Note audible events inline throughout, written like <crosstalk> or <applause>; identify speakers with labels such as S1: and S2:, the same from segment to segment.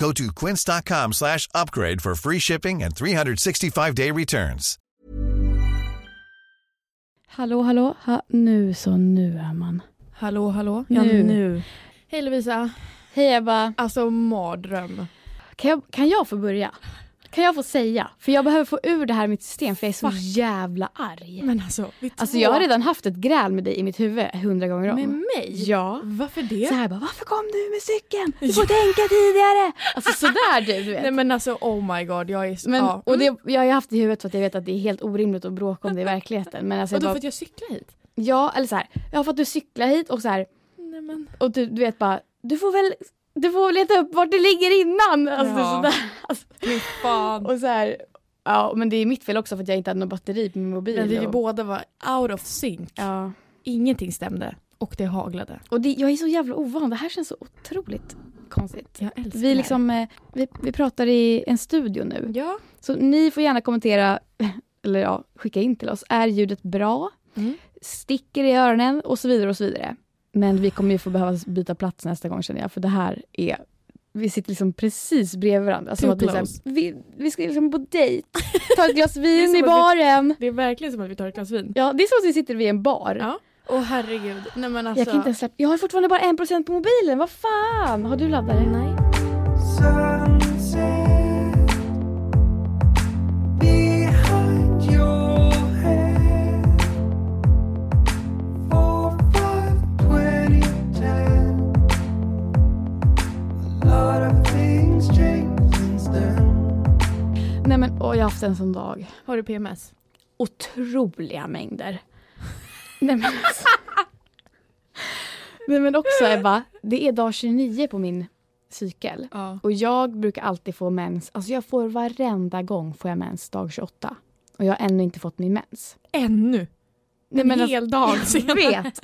S1: Go to quince.com slash upgrade for free shipping and 365-day returns.
S2: Hallå, hallå. Ha, nu så, nu är man.
S3: Hallå, hallå.
S2: Ja, nu.
S3: Hej Lovisa.
S2: Hej Ebba.
S3: Alltså mardröm.
S2: Kan jag, kan jag få börja? Kan jag få säga? För jag behöver få ur det här i mitt system för jag är så
S3: Fuck.
S2: jävla arg.
S3: Men alltså, vi två.
S2: Alltså jag har redan haft ett gräl med dig i mitt huvud hundra gånger om.
S3: Med mig?
S2: Ja.
S3: Varför det?
S2: Så här bara, varför kom du med cykeln? Du får tänka tidigare. Alltså sådär
S3: <laughs>
S2: du, du vet.
S3: Nej men alltså oh my god, jag är så...
S2: Men,
S3: ja.
S2: och det, jag har ju haft det i huvudet för att jag vet att det är helt orimligt att bråka om det i verkligheten. Men alltså, jag
S3: Vadå,
S2: bara,
S3: för att jag cyklar hit?
S2: ja, eller så här, jag har fått du cykla hit och så här,
S3: Nej men.
S2: och du, du vet bara, du får väl du får väl leta upp vart det ligger innan. Alltså,
S3: Ja.
S2: sådär. Alltså,
S3: Fy fan.
S2: och så här, ja, men det är mitt fel också för att jag inte hade något batteri på min mobil.
S3: Men vi
S2: och,
S3: båda var out of sync.
S2: ja.
S3: Ingenting stämde. Och det haglade.
S2: och det, jag är så jävla ovan, det här känns så otroligt konstigt.
S3: Jag älskar
S2: Vi, liksom, eh, vi, vi pratar i en studio nu.
S3: Ja.
S2: Så ni får gärna kommentera, <laughs> eller ja, skicka in till oss. Är ljudet bra?
S3: Mm.
S2: Sticker i öronen? Och så vidare och så vidare. Men vi kommer ju få behöva byta plats nästa gång känner jag, för det här är... Vi sitter liksom precis bredvid varandra. Som
S3: Too
S2: att vi, så här,
S3: close.
S2: vi, vi ska liksom på dejt, ta ett
S3: <laughs>
S2: glas
S3: Det är
S2: vin
S3: som
S2: i
S3: att vi-
S2: baren.
S3: Det är verkligen som att vi tar ett glas vin.
S2: Ja, det är som att vi sitter vid en bar.
S3: Ja. Åh herregud. Nej men alltså.
S2: Jag, kan inte ens släppa, jag har fortfarande bara 1% på mobilen, vad fan! Har du laddare? Nej. Nej men, åh, jag har haft en sån dag.
S3: Har du PMS?
S2: otroliga mängder. Nej men alltså. Nej men också Ebba, det är dag 29 på min cykel.
S3: Ja.
S2: Och jag brukar alltid få mens, alltså jag får varenda gång får jag mens dag 28. Och jag har ännu inte fått min mens.
S3: Ännu.
S2: Nej, men
S3: en
S2: alltså,
S3: hel dag
S2: <laughs> jag
S3: senare.
S2: vet.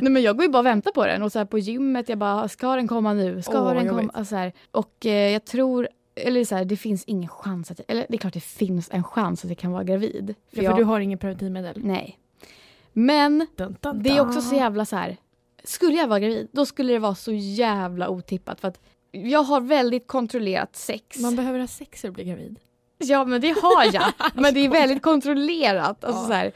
S2: Nej men jag går ju bara och väntar på den och så här på gymmet, jag bara ska den komma nu? Ska
S3: Åh, vad
S2: den komma?
S3: jobbigt.
S2: Alltså, så här. Och eh, jag tror, eller så här, det finns ingen chans att jag, eller det är klart det finns en chans att jag kan vara gravid.
S3: Ja,
S2: jag-
S3: för du har ingen preventivmedel.
S2: Nej. Men
S3: Dun, dun,
S2: det är
S3: dun.
S2: också så jävla så här. Skulle jag vara gravid, då skulle det vara så jävla otippat. För att jag har väldigt kontrollerat sex.
S3: Man behöver ha sex för att bli gravid.
S2: Ja, men det har
S3: <laughs>
S2: jag. men det är väldigt kontrollerat. Alltså,
S3: Ja.
S2: så här.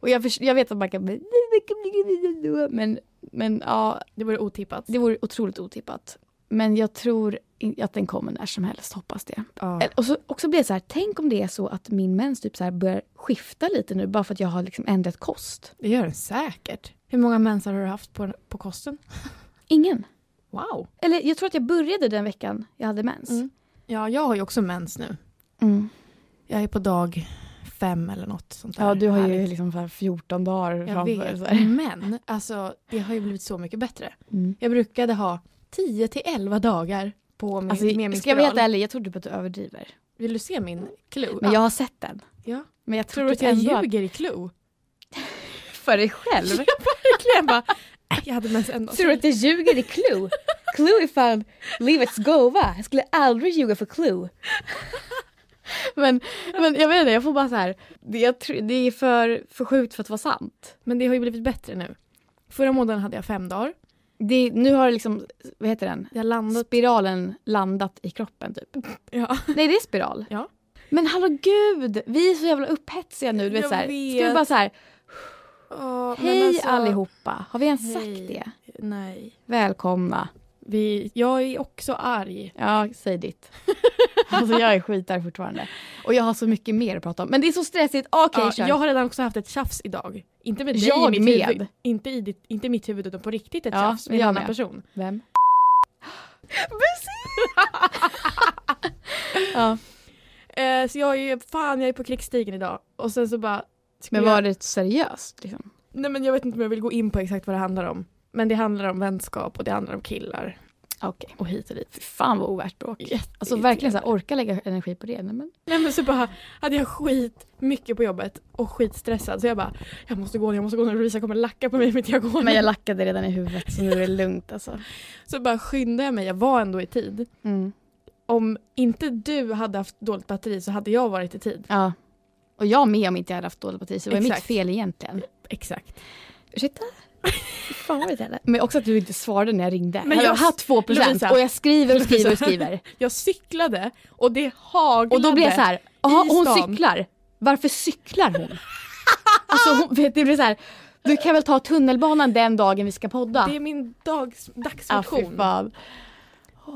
S2: Och jag, förs- jag vet att man kan bli "Jag kan bli gravid ändå." men, men ja,
S3: Det vore otippat.
S2: det vore otroligt otippat. Men jag tror i- att den kommer när som helst, hoppas det.
S3: Ja.
S2: Eller- Och så också blir det så här, tänk om det är så att min mens typ så här börjar skifta lite nu bara för att jag har liksom ändrat kost.
S3: Det gör den säkert. Hur många mensar har du haft på, på kosten?
S2: Ingen.
S3: Wow.
S2: Eller jag tror att jag började den veckan jag hade mens.
S3: Mm. Ja, jag har ju också mens nu.
S2: Mm.
S3: Jag är på dag fem eller något sånt där.
S2: Ja, du har ju
S3: Härligt.
S2: liksom så här 14 dagar
S3: Jag
S2: framför
S3: vet,
S2: så <laughs> här.
S3: men alltså, det har ju blivit så mycket bättre.
S2: Mm.
S3: Jag brukade ha 10 till 11 dagar på min,
S2: Alltså,
S3: med min
S2: ska jag vara
S3: spiral.
S2: helt ärlig, jag tror typ att du överdriver.
S3: Vill du se min clue?
S2: Men jag har sett den.
S3: ja.
S2: Men jag
S3: Tror du att jag
S2: ändå
S3: ljuger i clue?
S2: Att, för dig själv?
S3: <laughs> Jag verkligen bara, "Äh, jag hade mens en
S2: <laughs>
S3: dag
S2: tror du att jag ljuger i <laughs> Clue? Clue är fan livets gåva. Jag skulle aldrig ljuga för Clue. men, men jag vet inte, jag får bara så här. Det, jag, tror- det är för, för sjukt för att vara sant.
S3: Men det har ju blivit bättre nu. Förra månaden hade jag fem dagar.
S2: Det, nu har det liksom, vad heter den?
S3: Jag landade...
S2: Spiralen landat i kroppen <laughs> typ.
S3: Ja.
S2: Nej, det är spiral.
S3: Ja.
S2: Men hallå gud, vi är så jävla upphetsiga nu. Du vet,
S3: Jag
S2: så här. Ska vi
S3: vet.
S2: bara så här,
S3: Åh, men
S2: hej
S3: alltså-
S2: allihopa. Har vi ens
S3: Hej.
S2: sagt det?
S3: Nej.
S2: Välkomna.
S3: Vi, jag är också arg.
S2: Ja, säg ditt.
S4: <laughs>
S2: alltså jag är skitar fortfarande. Och jag har så mycket mer att prata om. Men det är så stressigt. Okej,
S3: Ja,
S2: kör.
S3: jag har redan också haft ett tjafs idag. Inte med dig
S2: Jag
S3: i mitt
S2: med.
S3: huvud. Inte i ditt, inte i mitt huvud utan på riktigt ett
S2: Ja,
S3: tjafs med
S2: jag
S3: en annan
S2: med.
S3: person.
S2: Vem? ja.
S3: Eh, så jag är ju, fan jag är på krigsstigen idag. Och sen så bara... skulle
S2: <laughs> Men var
S3: jag,
S2: det seriöst? Liksom?
S3: Nej men jag vet inte om jag vill gå in på exakt vad det handlar om. Men det handlar om vänskap och det handlar om killar.
S4: Okej.
S2: och hit och dit. Fy fan vad ovärt bråk. Alltså
S3: Jätteirriterande.
S2: verkligen så här, orka lägga energi på det. Nej, men,
S3: Nej men så bara hade jag skit mycket på jobbet och skitstressad så jag bara jag måste gå nu, jag måste gå nu, Lovisa kommer lacka på mig om inte jag går
S4: Men
S3: nu.
S4: jag lackade redan i huvudet så nu är det lugnt alltså.
S3: Så bara skyndade jag mig, jag var ändå i tid.
S4: Mm.
S3: Om inte du hade haft dåligt batteri så hade jag varit i tid.
S2: ja. Och jag med om inte jag hade haft dålig batteri, så det var mitt
S3: Exakt.
S2: fel egentligen.
S3: Exakt.
S4: Ursäkta? Fan vad det är.
S2: Men också att du inte svarade när jag ringde. Alltså,
S3: Men
S2: Men jag
S3: jag-
S2: hade två procent
S3: Lovisa.
S2: och jag skriver och skriver och
S3: Lovisa.
S2: <laughs> skriver.
S3: Jag cyklade och det haglade.
S2: Och då blir jag så här, ja hon
S3: stan."
S2: cyklar. Varför cyklar <laughs> hon? alltså hon, vet, det blir så här, du kan väl ta tunnelbanan den dagen vi ska podda?
S3: Det är min dags,
S2: Ah, fy
S3: dagsmotion.
S2: fan.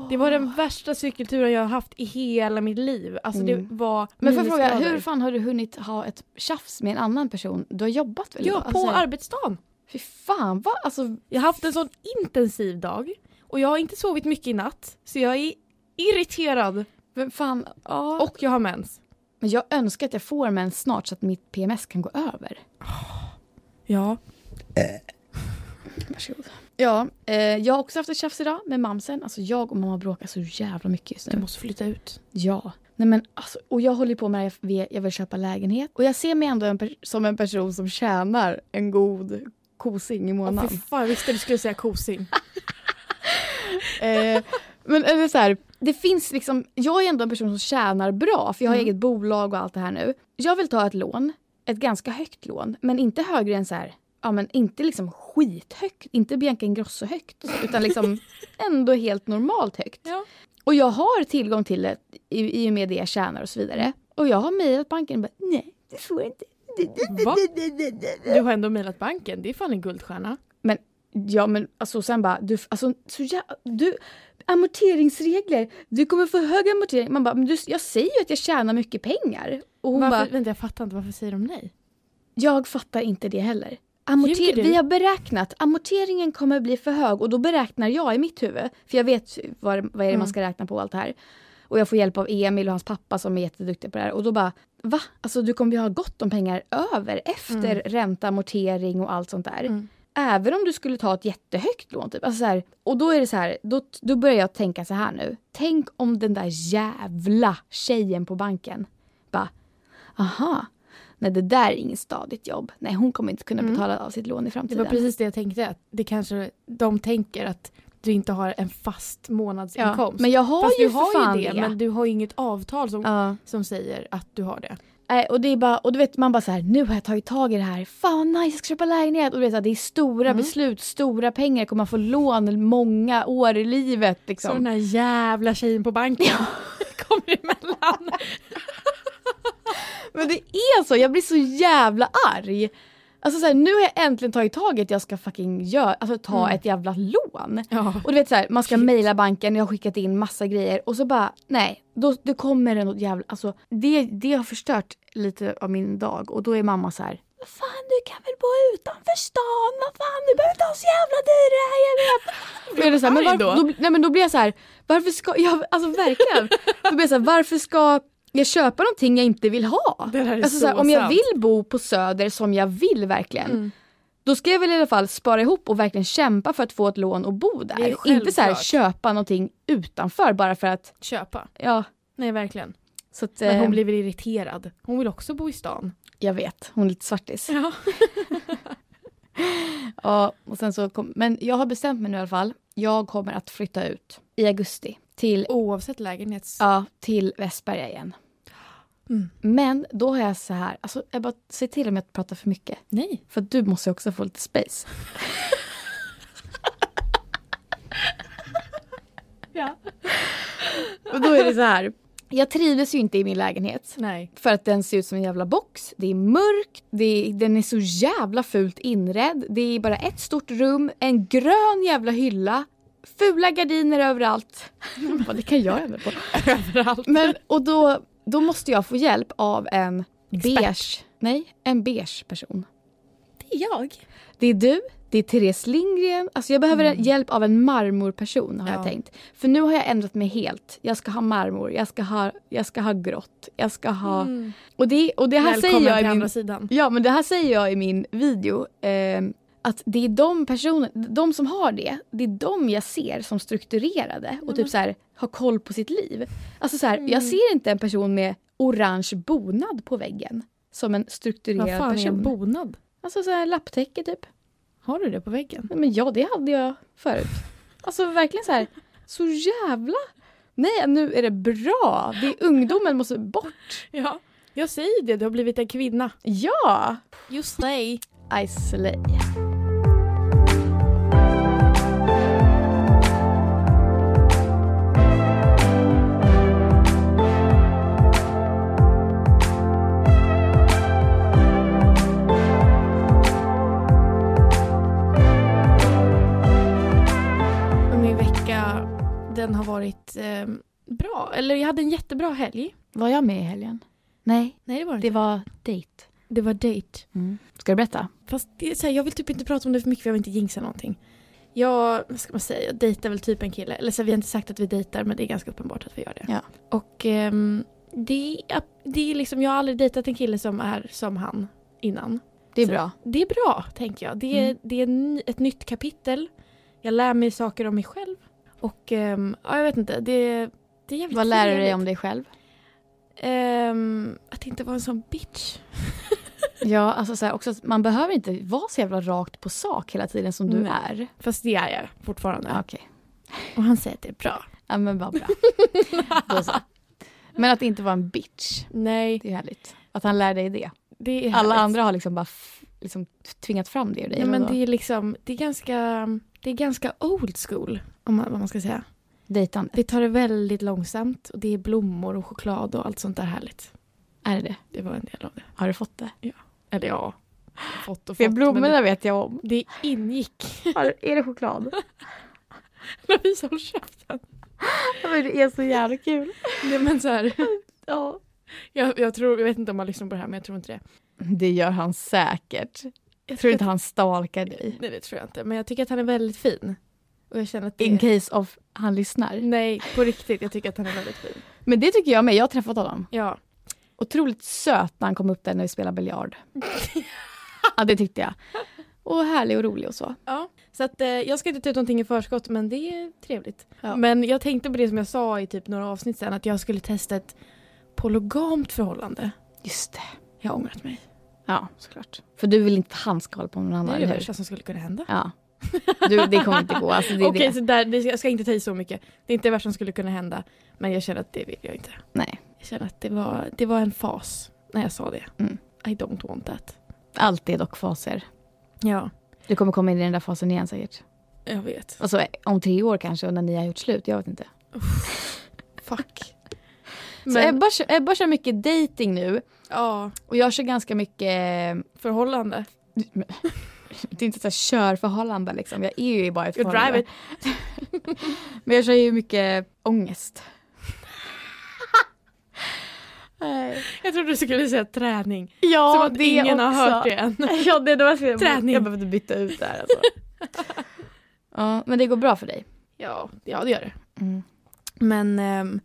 S3: det var den värsta cykelturen jag har haft i hela mitt liv. Alltså
S2: Mm.
S3: det var
S2: Men får jag fråga,
S3: minusgrader.
S2: hur fan har du hunnit ha ett tjafs med en annan person? Du har jobbat väl?
S3: Ja,
S2: idag?
S3: på
S2: alltså,
S3: arbetsdagen.
S2: Fy fan, vad? Alltså,
S3: Jag har haft en sån intensiv dag och jag har inte sovit mycket i natt så jag är irriterad
S2: vem fan? Ja.
S3: och jag har mens.
S2: Men jag önskar att jag får mens snart så att mitt PMS kan gå över.
S3: Ja.
S2: Varsågod. Ja, eh, jag har också haft ett tjafs idag med mamsen. Alltså jag och mamma bråkar så jävla mycket just
S3: Du
S2: nu.
S3: måste flytta ut.
S2: Ja. Nej men alltså, och jag håller ju på med det här, jag- jag vill köpa lägenhet. Och jag ser mig ändå en per- som en person som tjänar en god kosing i
S3: Åh,
S2: månaden.
S3: fy fan, jag visste du skulle säga kosing.
S2: <laughs> Eh, men eller så här, det finns liksom, jag är ändå en person som tjänar bra för jag har eget bolag och allt det här nu. Jag vill ta ett lån, ett ganska högt lån, men inte högre än så här, ja men inte liksom skithögt, inte Bianca Ingrosso högt, utan liksom ändå helt normalt högt.
S3: Ja.
S2: Och jag har tillgång till det i, i och med det jag tjänar och så vidare. Och jag har mejlat banken och bara, nej, det får jag inte.
S3: Va? Du har ändå mejlat banken, det är fan en guldstjärna.
S2: Ja men alltså sen bara, du, alltså, så jä- du, amorteringsregler, du kommer få hög amortering. Man bara, men du, jag säger ju att jag tjänar mycket pengar. Och hon
S3: Varför,
S2: bara,
S3: vänta jag fattar inte, varför säger de nej?
S2: jag fattar inte det heller.
S3: Ljuger
S2: Amorter-
S3: du?
S2: vi har beräknat, amorteringen kommer bli för hög och då beräknar jag i mitt huvud, för jag vet ju vad, vad är det
S3: Mm.
S2: man ska räkna på och allt det här. Och jag får hjälp av Emil och hans pappa som är jätteduktiga på det här och då bara, va? Alltså du kommer ju ha gott om pengar över efter
S3: Mm.
S2: ränta, amortering och allt sånt där. Även om du skulle ta ett jättehögt lån. Typ. Alltså så här, och då är det så här, då, då börjar jag tänka så här nu. Tänk om den där jävla tjejen på banken bara, aha, nej det där är inget stadigt jobb. Nej hon kommer inte kunna betala av sitt lån i
S3: Mm. Det
S2: framtiden.
S3: var precis det jag tänkte, att det kanske, de tänker att du inte har en fast
S2: ja.
S3: månadsinkomst.
S2: Men jag har
S3: Fast
S2: ju
S3: du
S2: för
S3: har
S2: fan
S3: ju det, men du har ju inget avtal som,
S2: Ja.
S3: som säger att du har det.
S2: Nej, och, det är bara, och du vet, man bara så här, nu har jag tagit tag i det här. Fan vad nice, jag ska köpa lägenhet. Och du vet, så här, det är stora
S3: Mm.
S2: beslut, stora pengar. Kommer man få lån många år i livet?
S3: Så
S2: Liksom.
S3: den här jävla tjejen på banken <laughs> kommer emellan.
S2: Men det är så, jag blir så jävla arg. Alltså så här, nu har jag äntligen tagit tag i att jag ska fucking göra, alltså ta ett jävla lån.
S3: <laughs> Ja.
S2: <laughs> Och du vet så här, man ska mejla banken, jag har skickat in massa grejer och så bara nej, då, det kommer det något jävla, alltså det, det har förstört lite av min dag och då är mamma så här vad fan du kan väl bo utanför stan, vad fan du behöver inte ha så jävla dyra lägenhet.
S3: <laughs>
S2: Då är det så här, men
S3: arg
S2: varför,
S3: då?
S2: då, bli- nej men då blir jag så här, varför ska, jag, alltså verkligen, då blir jag så här, varför ska jag köpa någonting jag inte vill ha?
S3: Det där är
S2: alltså, så här,
S3: så
S2: om jag
S3: sant. Mm.
S2: vill bo på söder som jag vill verkligen, då ska jag väl i alla fall spara ihop och verkligen kämpa för att få ett lån och bo
S3: Det är
S2: där. Inte så här
S3: självklart.
S2: köpa någonting utanför bara för att,
S3: Köpa.
S2: ja.
S3: Nej verkligen.
S2: Så att,
S3: Men
S2: eh,
S3: hon blir väl irriterad. Hon vill också bo i stan.
S2: Jag vet, hon är lite svartis.
S3: Ja.
S2: <laughs> ja, och sen så kom, men jag har bestämt mig nu i alla fall. Jag kommer att flytta ut i augusti till,
S3: Oavsett lägenhets...
S2: ja, till Västberga igen.
S3: Mm.
S2: Men då har jag så här, alltså jag bara, se till om jag inte pratar för mycket.
S3: Nej.
S2: För att du måste ju också få lite <laughs> space.
S3: Ja.
S2: Och då är det så här. Jag trivdes ju inte i min lägenhet.
S3: Nej.
S2: För att den ser ut som en jävla box. Det är mörkt, det är, den är så jävla fult inredd. Det är bara ett stort rum, en grön jävla hylla, fula gardiner överallt. Jag bara, det kan jag ändra <laughs> på.
S3: Överallt.
S2: Men, och då, då måste jag få hjälp av en
S3: Expert.
S2: beige, nej, en beige person.
S3: Det är jag.
S2: Det är du, det är Therese Lindgren. Alltså jag behöver hjälp av en marmorperson har jag
S3: Mm. Ja.
S2: tänkt. För nu har jag ändrat mig helt. Jag ska ha marmor, jag ska ha, jag ska ha grått, jag ska ha... Och det, och det här
S3: Mm. Välkommen
S2: säger jag
S3: till
S2: i min...
S3: andra sidan.
S2: Ja, men det här säger jag i min video. ehm, Att det är de personer, de som har det, det är de jag ser som strukturerade och
S3: Mm.
S2: typ så här, har koll på sitt liv. Alltså så här, jag ser inte en person med orange bonad på väggen som en
S3: Vad
S2: strukturerad
S3: fan är
S2: person.
S3: en bonad?
S2: alltså så här lapptäcke typ.
S3: Har du det på väggen?
S2: Nej, men ja, det hade jag förut. Alltså verkligen så här, så jävla... Nej, nu är det bra. Det är ungdomen måste bort.
S3: Ja. Jag säger det, du har blivit en kvinna.
S2: Ja!
S3: Just nej.
S2: I slay.
S3: Men min vecka, den har varit eh, bra. Eller jag hade en jättebra helg.
S2: Var jag med i helgen? Nej,
S3: Nej, det var
S2: det var dejt.
S3: det var dejt.
S2: Ska du berätta?
S3: Fast det är så här, jag vill typ inte prata om det för mycket för jag vill inte jinxa någonting. Jag, vad ska man säga, jag dejtar väl typ en kille. Eller så här, vi har inte sagt att vi dejtar men det är ganska uppenbart att vi gör det.
S2: Ja.
S3: Och ehm, det, är, det är liksom, jag har aldrig dejtat en kille som är som han innan.
S2: Det är
S3: Så-
S2: bra.
S3: Det är bra, tänker jag. Det är,
S2: Mm.
S3: det är ny- ett nytt kapitel. Jag lär mig saker om mig själv. Och ehm, ja, jag vet inte, det, det är jävligt
S2: Vad lär du
S3: trevligt.
S2: dig om dig själv?
S3: Ehm, att inte vara en sån bitch.
S2: Ja, alltså så här, också, att man behöver inte vara så jävla rakt på sak hela tiden som du
S3: Nej.
S2: är.
S3: Fast det är jag fortfarande.
S2: Ja, Okej,
S3: Och han säger att det är bra.
S2: ja, men vad <laughs> bra. Då så. Men att inte vara en bitch,
S3: Nej,
S2: det är härligt. Att han lär dig det.
S3: det är
S2: Alla
S3: härligt.
S2: andra har liksom bara f- liksom tvingat fram det ur dig.
S3: Nej, men
S2: Vadå?
S3: det är liksom, det är ganska, det är ganska old school. Om man, vad man ska säga.
S2: Dejtande,
S3: Vi tar det väldigt långsamt och det är blommor och choklad och allt sånt där härligt.
S2: är det det?
S3: Det var en del av det.
S2: Har du fått det?
S3: Eller ja, fått och
S2: För
S3: fått. men det,
S2: vet jag om.
S3: det
S2: <laughs>
S3: ingick.
S4: är det choklad?
S3: Lovisa håll käften.
S4: det är så jävla kul.
S3: Nej men så här,
S4: Ja.
S3: jag, jag tror, jag vet inte om man lyssnar på det här men jag tror inte det.
S2: Det gör han säkert.
S3: Jag
S2: Tror du
S3: tycker
S2: inte han stalkar
S3: att,
S2: dig?
S3: nej det tror jag inte. Men jag tycker att han är väldigt fin. Och jag känner att det
S2: In case of han lyssnar.
S3: Nej, på riktigt. Jag tycker att han är väldigt fin.
S2: Men det tycker jag med, jag har träffat honom.
S3: Ja.
S2: Otroligt söt när han kom upp där när vi spelade biljard. ja, det tyckte jag. Och härlig och rolig och så.
S3: Ja, så att, eh, jag ska inte ta ut någonting i förskott men det är trevligt.
S2: Ja.
S3: Men jag tänkte på det som jag sa i typ några avsnitt sen att jag skulle testa ett polygamt förhållande.
S2: Just det.
S3: Jag har ångrat mig.
S2: Ja, såklart. För du vill inte att han ska hålla på med någon
S3: Det
S2: annan,
S3: är det
S2: eller hur?
S3: värsta som skulle kunna hända.
S2: Ja. Du, det kommer inte gå. Alltså, det är
S3: Okej,
S2: det.
S3: så där, det, jag ska inte ta i så mycket. Det är inte det värsta som skulle kunna hända men jag känner att det vill jag inte.
S2: Nej.
S3: Jag känner att det var, det var en fas när jag sa det.
S2: Mm.
S3: I don't want that.
S2: Allt är dock faser.
S3: Ja,
S2: Du kommer komma in i den där fasen igen säkert.
S3: jag vet.
S2: Alltså om tre år kanske, och när ni har gjort slut. Jag vet inte.
S3: Fuck.
S2: Så
S3: Men,
S2: Ebba, kö- Ebba kör mycket dating nu.
S3: ja,
S2: Och jag kör ganska mycket...
S3: förhållande.
S2: Det är inte så här körförhållande liksom. Jag är ju bara i ett
S3: You drive
S2: förhållande.
S3: it.
S2: <laughs> Men jag kör ju mycket ångest. Nej.
S3: Jag trodde du skulle säga träning.
S2: Ja,
S3: Som att
S2: det
S3: ingen
S2: också.
S3: har hört det än.
S2: <laughs>
S3: <laughs>
S2: Ja, det, det var fel.
S3: Träning.
S2: Jag behövde byta ut det här alltså. <laughs> ja, men det går bra för dig.
S3: Ja, ja det gör det.
S2: Mm.
S3: Men ehm,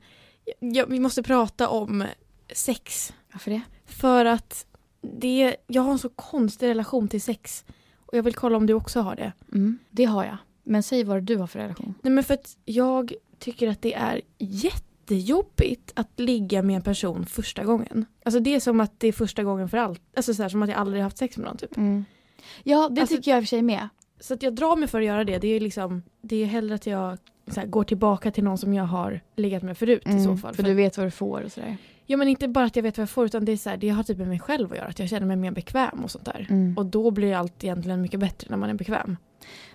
S3: ja, vi måste prata om sex.
S2: Varför det?
S3: För att det, jag har en så konstig relation till sex. Och jag vill kolla om du också har det.
S2: Mm, det har jag. Men säg vad du har för relation.
S3: Nej men för att jag tycker att det är jättejobbigt att ligga med en person första gången. Alltså det är som att det är första gången för allt. Alltså så här, som att jag aldrig haft sex med någon typ.
S2: Mm. Ja, det
S3: Alltså-
S2: tycker jag i och för sig med.
S3: Så att jag drar mig för att göra det. Det är liksom, det är hellre att jag så här, går tillbaka till någon som jag har legat med förut i så fall.
S2: Mm, För du vet vad du får och sådär.
S3: Ja men inte bara att jag vet vad jag får utan det är så här, det har typ med mig själv att göra. Att jag känner mig mer bekväm och sånt där.
S2: Mm.
S3: Och då blir allt egentligen mycket bättre när man är bekväm.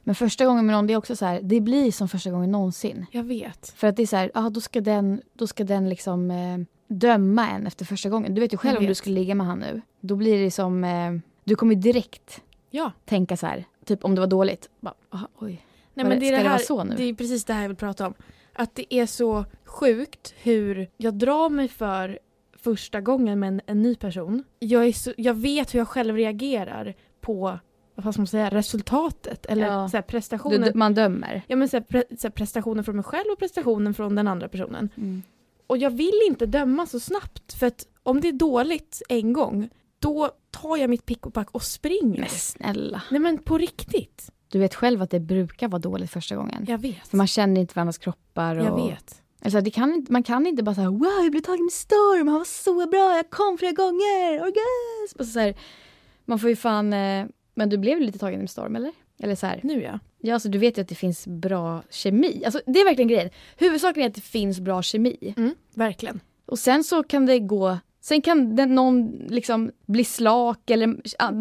S2: Men första gången med någon, det är också så här, det blir som första gången någonsin.
S3: Jag vet.
S2: För att det är så här, ah, då ska den, då ska den liksom eh, döma en efter första gången. Du vet ju själv
S3: Jag
S2: om du
S3: vet.
S2: skulle ligga med han nu. Då blir det som, eh, du kommer ju direkt
S3: Ja.
S2: tänka så här, typ om det var dåligt. Bara, aha, oj.
S3: Nej,
S2: Var
S3: men
S2: det-
S3: är
S2: ska det
S3: här,
S2: vara så nu?
S3: Det är precis det här jag vill prata om. Att det är så sjukt hur jag drar mig för första gången med en, en ny person. Jag, är så, jag vet hur jag själv reagerar på vad fan ska man säga, resultatet eller
S2: Ja.
S3: så här,
S2: Du,
S3: prestationen.
S2: du, man dömer.
S3: Ja, men så här, pre, så här, prestationen från mig själv och prestationen från den andra personen.
S2: Mm.
S3: Och jag vill inte döma så snabbt för att om det är dåligt en gång Då tar jag mitt pick och pack och springer.
S2: Men snälla.
S3: Nej men på riktigt.
S2: Du vet själv att det brukar vara dåligt första gången.
S3: Jag vet.
S2: För man känner inte varandras kroppar. Och...
S3: Jag vet.
S2: Alltså, det kan, inte- man kan inte bara säga wow jag blev tagen med storm, han var så bra, jag kom flera gånger, orgasm. Och så så här, man får ju fan, eh, men du blev ju lite tagen med storm eller? Eller så här,
S3: Nu ja.
S2: ja alltså du vet ju att det finns bra kemi. Alltså det är verkligen grejen. Huvudsaken är att det finns bra kemi.
S3: Mm, verkligen.
S2: Och sen så kan det gå, sen kan den, någon liksom bli slak eller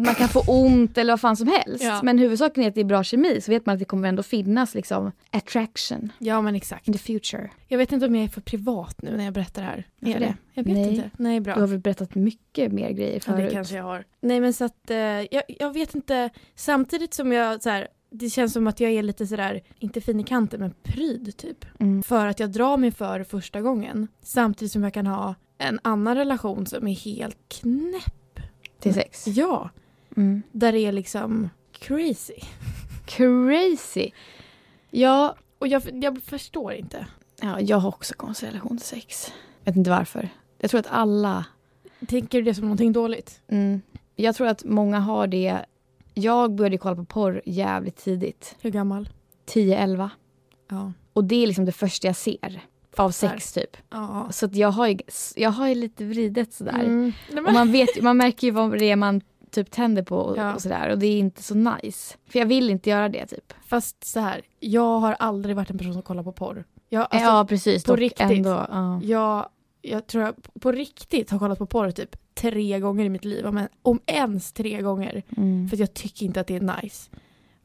S2: man kan få ont eller vad fan som helst.
S3: Ja.
S2: Men huvudsaken är att det är bra kemi så vet man att det kommer ändå finnas liksom attraction
S3: Ja men exakt.
S2: in the future.
S3: Jag vet inte om jag är för privat nu när jag berättar det här. Är
S2: Varför
S3: jag
S2: det?
S3: det? Jag vet
S2: Nej.
S3: inte. Nej bra.
S2: Du har väl berättat mycket mer grejer
S3: Ja,
S2: förut?
S3: det kanske jag har. Nej men så att eh, jag, jag vet inte. Samtidigt som jag så här, det känns som att jag är lite sådär, inte fin i kanten men pryd typ.
S2: Mm.
S3: För att jag drar mig för första gången. Samtidigt som jag kan ha en annan relation som är helt knäpp.
S2: Till sex?
S3: Ja,
S2: Mm.
S3: där det är liksom crazy.
S2: Crazy!
S3: Ja, och jag, jag förstår inte.
S2: Ja, jag har också konstig relation till sex. Vet inte varför. Jag tror att alla...
S3: Tänker du det som någonting dåligt?
S2: Mm, jag tror att många har det. Jag började kolla på porr jävligt tidigt.
S3: Hur gammal?
S2: 10-11.
S3: Ja.
S2: Och det är liksom det första jag ser. Av sex typ.
S3: ja.
S2: Så att jag har ju, jag har ju lite vridet sådär.
S3: Mm.
S2: Och man, vet, ju- man märker ju vad det är man typ tänder på och,
S3: Ja.
S2: och sådär. Och det är inte så nice. För jag vill inte göra det typ.
S3: Fast så här, jag har aldrig varit en person som kollar på porr. Jag, alltså,
S2: ja precis.
S3: på
S2: dock
S3: riktigt.
S2: Ändå, ja.
S3: jag, jag tror jag på- på riktigt har kollat på porr typ tre gånger i mitt liv. Om, en, om ens tre gånger.
S2: Mm.
S3: För att jag tycker inte att det är nice.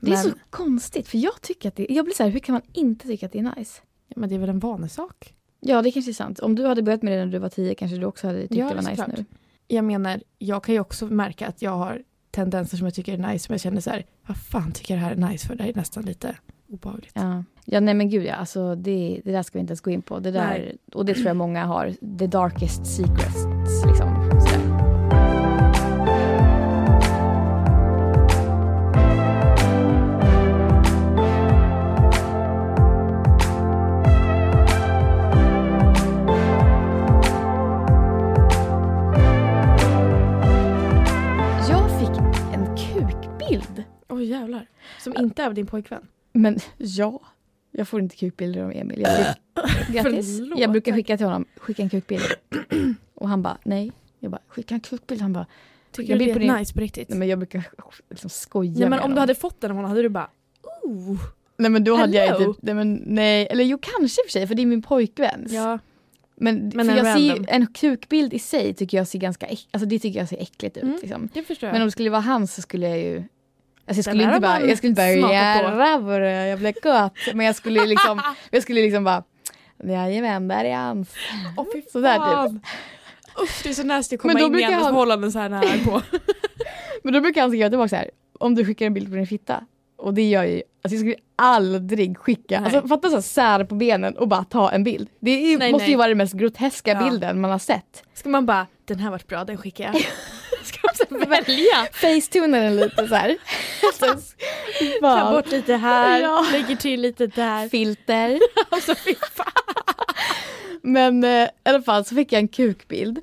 S2: Det är
S3: men,
S2: så konstigt för jag tycker att det, jag blir så här, hur kan man inte tycka att det är nice?
S3: men det är väl en vanesak?
S2: Ja det kanske är sant. Om du hade börjat med det när du var tio kanske du också hade tyckt
S3: Ja,
S2: det var nice
S3: såklart.
S2: nu.
S3: Jag menar, jag kan ju också märka att jag har tendenser som jag tycker är nice. Men jag känner så här, vad fan tycker jag det här är nice för? Det här är nästan lite obehagligt.
S2: Ja. ja nej men gud ja, alltså det, det där ska vi inte ens gå in på. Det där,
S3: Nej.
S2: och det tror jag många har, the darkest secrets liksom. Sådär. Jag fick en kukbild.
S3: Åh jävlar. Som inte är av din pojkvän.
S2: Men ja, jag får inte kukbilder om Emil. Jag bruk- <clears throat> Grattis.
S3: Förlåt.
S2: Jag brukar skicka till honom, skicka en kukbild. Och han bara, nej. Jag bara, skicka en kukbild. Han bara,
S3: Tycker
S2: Jag
S3: du
S2: blir
S3: det
S2: på
S3: är
S2: din-
S3: nice på riktigt?
S2: nej
S3: Nej men,
S2: men jag brukar liksom skoja med
S3: om
S2: honom.
S3: du hade fått den av honom hade du bara, oh.
S2: nej men då hade jag
S3: Hello?
S2: inte, nej men nej, eller jo kanske i och för sig för det är min pojkväns.
S3: Ja.
S2: Men,
S3: Men
S2: för
S3: en
S2: jag ser ju,
S3: random.
S2: en kukbild i sig tycker jag ser ganska, äck, alltså det tycker jag ser äckligt ut
S3: Mm.
S2: liksom.
S3: Det förstår jag.
S2: Men om det skulle vara hans så skulle jag ju Alltså jag,
S3: Den
S2: skulle inte
S3: här har
S2: bara,
S3: man
S2: jag skulle inte bara
S3: smakat på.
S2: jävlar vad det- jag blev gott. Men jag skulle ju liksom,
S3: <laughs>
S2: jag skulle liksom bara Jajamän, där är han.
S3: Åh fy
S2: Sådär typ.
S3: fan. Usch det är så nasty att komma
S2: Men då
S3: in i
S2: brukar
S3: andras
S2: han-
S3: förhållanden så här nära på.
S2: Men då brukar han skriva tillbaka så här. Om du skickar en bild på din fitta. Och det gör jag ju. Alltså jag skulle aldrig skicka.
S3: Nej.
S2: Alltså fatta så här, sär på benen och bara ta en bild. Det är, ju-
S3: Nej,
S2: måste ju
S3: nej.
S2: vara den mest groteska
S3: Ja.
S2: bilden man har sett.
S3: <laughs> Ska man bara, den här vart bra, den skickar jag. <laughs> Ska man <laughs> så här
S2: Välja! Facetunar den lite så
S3: <laughs>
S2: här. alltså,
S3: ta
S2: bara,
S3: bort lite här,
S2: Ja.
S3: lägger till lite där.
S2: filter.
S3: Alltså fy fan.
S2: Men eh, i alla fall så fick jag en kukbild.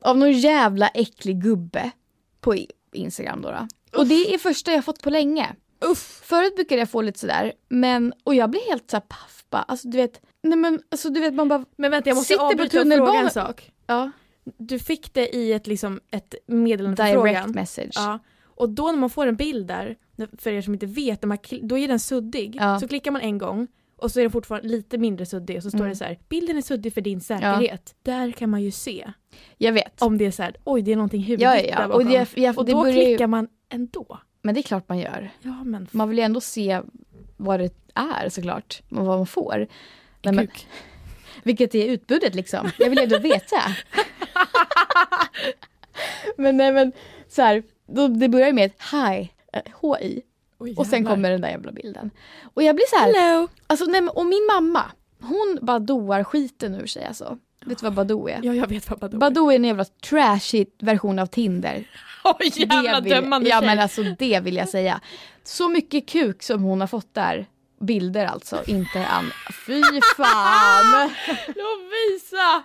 S2: Av någon jävla äcklig gubbe. På i- Instagram då. då. Och det är första jag fått på länge.
S3: Uff.
S2: Förut brukade jag få lite sådär, men, och jag blir helt såhär paff bara. Alltså du vet, nej men alltså du vet man bara,
S3: Men vänta jag måste
S2: Sitter på
S3: avbryta och
S2: tunnelbanan.
S3: fråga en sak.
S2: ja.
S3: Du fick det i ett, liksom, ett meddelande på
S2: Direct
S3: frågan.
S2: message.
S3: Ja. Och då när man får en bild där, för er som inte vet, när man kli- då är den suddig.
S2: Ja.
S3: Så klickar man en gång och så är den fortfarande lite mindre suddig och så står
S2: Mm.
S3: det så här, bilden är suddig för din säkerhet. Där kan man ju se
S2: Jag vet.
S3: om det är så här, oj det är någonting huvudigt
S2: ja, ja,
S3: där
S2: ja.
S3: bakom.
S2: Och, det, jag,
S3: och
S2: det
S3: då
S2: börjar ju,
S3: klickar man ändå.
S2: Men det är klart man gör.
S3: Ja men f-
S2: Man vill ju ändå se vad det är såklart, och vad man får. Nej, men,
S3: kuk.
S2: vilket är utbudet liksom. Jag vill ju ändå veta. men nej men, så här, då, det börjar ju med ett hi, eh, hi,
S3: Oj,
S2: och sen
S3: jävlar.
S2: kommer den där jävla bilden. Och jag blir så här,
S3: Hello!
S2: Alltså, nej, men, och min mamma, hon badoar skiten ur sig alltså. Vet du vad badoo är?
S3: Ja jag vet vad Badoo är.
S2: Badoo är en jävla trashig version av Tinder.
S3: Oj
S2: Det
S3: jävla
S2: vill,
S3: dömande
S2: Ja
S3: tjej.
S2: men alltså det vill jag säga. Så mycket kuk som hon har fått där. Bilder alltså, inte an... Fy fan!
S3: Lovisa!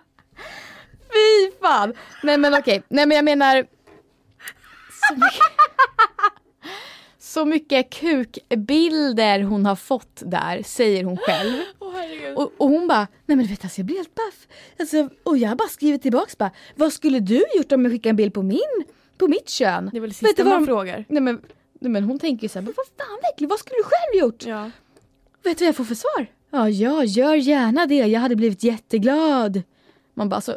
S2: Fy fan! Nej men okej, nej men jag menar så mycket, så mycket kukbilder hon har fått där, säger hon själv.
S3: Åh herregud.
S2: Och, och hon bara, nej men du vet alltså jag blir helt baff. Alltså, och jag har bara skrivit tillbaks bara, vad skulle du gjort om jag skickade en bild på min, på mitt kön?
S3: det är väl
S2: vet
S3: det
S2: du
S3: sista
S2: vad
S3: man
S2: de-
S3: frågar.
S2: Nej men, nej, men hon tänker ju såhär, vad fan verkligen, vad skulle du själv gjort?
S3: Ja.
S2: Vet du vad jag får för svar? Ja, ja, gör gärna det. Jag hade blivit jätteglad. Man bara så,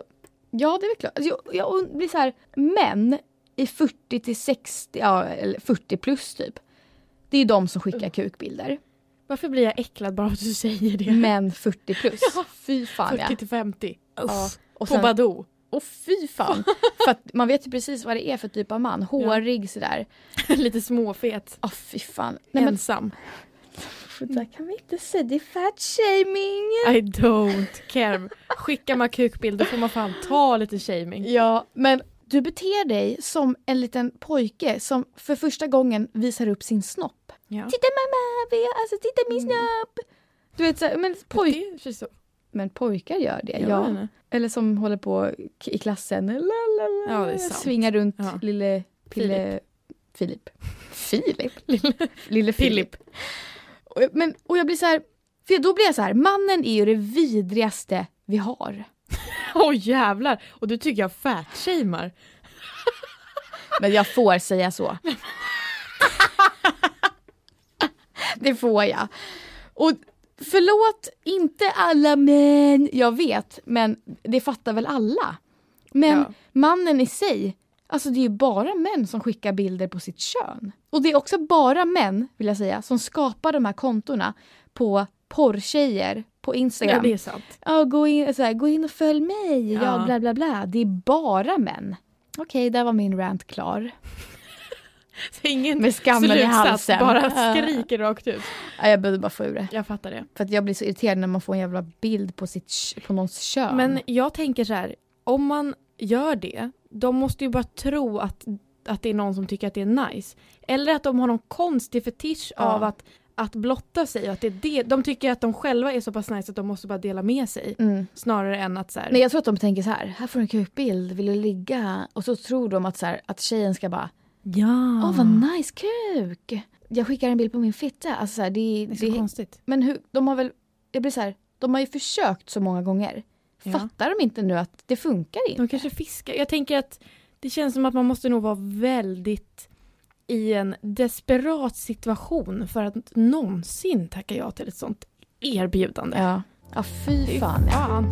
S2: ja det är väl klart. Alltså, jag, jag und- blir så här, män i 40 till 60, ja eller 40 plus typ. Det är ju de som skickar kukbilder.
S3: Varför blir jag äcklad bara för att du säger det?
S2: Män 40 plus.
S3: Ja.
S2: Fy fan <laughs> ja.
S3: 40 till 50.
S2: ja. Och
S3: På
S2: sen,
S3: Badoo. <laughs>
S2: och fy <laughs> fan. för att man vet ju precis vad det är för typ av man. Hårig sådär.
S3: Lite småfet.
S2: Ja fy fan. Nej, men,
S3: Ensam.
S2: det där kan vi inte säga. Det är fat shaming.
S3: I don't care. Skickar man kukbild då får man fan ta lite shaming.
S2: Ja, men du beter dig som en liten pojke som för första gången visar upp sin snopp.
S3: Ja. Mm.
S2: Titta mamma, vi har, alltså titta min snopp! Du vet, så här, men, poj-
S3: Det känns så.
S2: men pojkar gör det,
S3: Jag vet
S2: ja.
S3: inte.
S2: Eller som håller på k- i klassen, la, la, la,
S3: Ja, det är
S2: la,
S3: sant.
S2: svingar runt
S3: Ja.
S2: lille Pille...
S3: <laughs>
S2: Filip. Filip? lille, lille Filip.
S3: Filip.
S2: Och, jag- men, och jag blir så här, för då blir jag så här, mannen är ju det vidrigaste vi har.
S3: Åh jävlar! Och du tycker jag fatshamear.
S2: Men jag får säga så. <laughs> Det får jag. Och förlåt, inte alla män, jag vet, men det fattar väl alla. Men
S3: Ja.
S2: mannen i sig, alltså det är ju bara män som skickar bilder på sitt kön. Och det är också bara män, vill jag säga, som skapar de här kontona på porrtjejer på
S3: Ja,
S2: Instagram.
S3: det är sant.
S2: Ja, gå, in, så här, gå in och följ mig, ja.
S3: Ja.
S2: bla bla bla. Det är bara män. Okej, där var min rant klar.
S3: Så ingen
S2: Med skammen i
S3: slutsats,
S2: halsen.
S3: bara
S2: <laughs> Ja.
S3: skriker rakt ut.
S2: Ja, jag behövde bara få ur det.
S3: Jag fattar det.
S2: För att jag blir så irriterad när man får en jävla bild på, sitt, k- på någons kön.
S3: Men jag tänker så här, om man gör det, de måste ju bara tro att, att det är någon som tycker att det är nice. Eller att de har någon konstig fetisch
S2: Ja.
S3: av att, att blotta sig. och Att det är det. De tycker att de själva är så pass nice att de måste bara dela med sig.
S2: Mm.
S3: Snarare än att så här,
S2: Nej, jag tror att de tänker så här, här får du en kukbild, vill du ligga? Och så tror de att, så här, att tjejen ska bara,
S3: ja.
S2: åh vad
S3: Ah.
S2: nice kuk! Jag skickar en bild på min fitta. Alltså, så här, det, är-
S3: det är
S2: det,
S3: så
S2: är-
S3: konstigt.
S2: men hur, de har väl, jag blir så här, de har ju försökt så många gånger.
S3: Ja.
S2: Fattar de inte nu att det funkar inte?
S3: De kanske fiskar. Jag tänker att det känns som att man måste nog vara väldigt i en desperat situation för att någonsin tacka ja till ett sånt erbjudande.
S2: Ja. ja, fy
S3: Fy
S2: fan. Ja.
S3: Fan.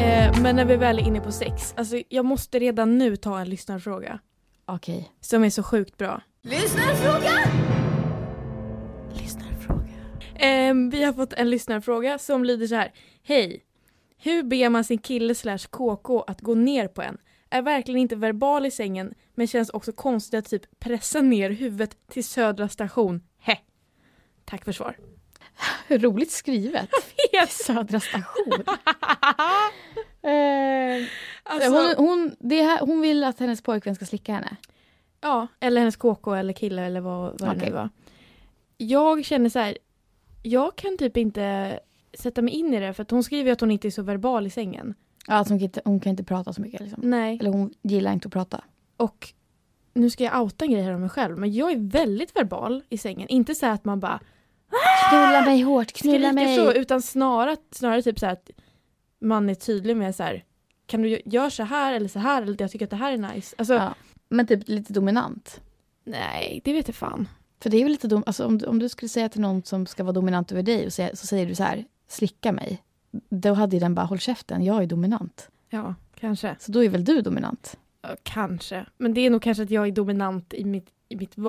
S3: Eh, Men när vi väl är inne på sex, alltså jag måste redan nu ta en lyssnarfråga
S2: Okej.
S3: som är så sjukt bra. Lyssnarfråga! Lyssnarfråga. Ehm, vi har fått en lyssnarfråga som lyder så här. Hej! Hur ber man sin kille slash KK att gå ner på en? Är verkligen inte verbal i sängen men känns också konstigt att typ pressa ner huvudet till Södra station. He. Tack
S2: <laughs>
S3: för svar.
S2: Hur roligt skrivet.
S3: vet.
S2: Södra station.
S3: <laughs>
S2: eh,
S3: Alltså,
S2: hon, hon, det här, hon vill att hennes pojkvän ska slicka henne.
S3: Ja, eller hennes KK eller kille eller vad, vad det
S2: Okej.
S3: nu var. Jag känner så här, jag kan typ inte sätta mig in i det för att hon skriver ju att hon inte är så verbal i sängen.
S2: Ja, alltså hon, kan inte, hon kan inte prata så mycket. Liksom.
S3: Nej,
S2: Eller hon gillar inte att prata.
S3: och nu ska jag outa en grej här om mig själv, men jag är väldigt verbal i sängen. Inte så här att man bara
S2: Knulla mig hårt, knulla
S3: skriker
S2: mig.
S3: så, utan snarare, snarare typ så här att man är tydlig med så här, kan du gö- göra så här eller så här, eller jag tycker att det här är nice. Alltså,
S2: Ja. Men typ lite dominant.
S3: nej, det vet jag fan.
S2: För det är ju lite dom, alltså, om, du- om du skulle säga till någon som ska vara dominant över dig och säga, så säger du så här, slicka mig. Då hade ju den bara, håll käften, jag är dominant.
S3: Ja, kanske.
S2: Så då är väl du dominant?
S3: Ja, Kanske. Men det är nog kanske att jag är dominant i mitt, i mitt val.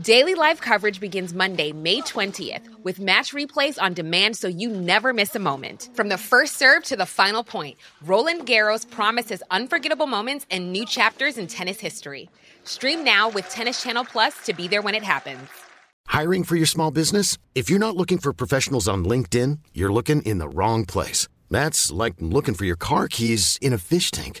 S5: Daily live coverage begins Monday, May 20th, with match replays on demand so you never miss a moment. From the first serve to the final point, Roland Garros promises unforgettable moments and new chapters in tennis history. Stream now with Tennis Channel Plus to be there when it happens.
S6: Hiring for your small business? If you're not looking for professionals on LinkedIn, you're looking in the wrong place. That's like looking for your car keys in a fish tank.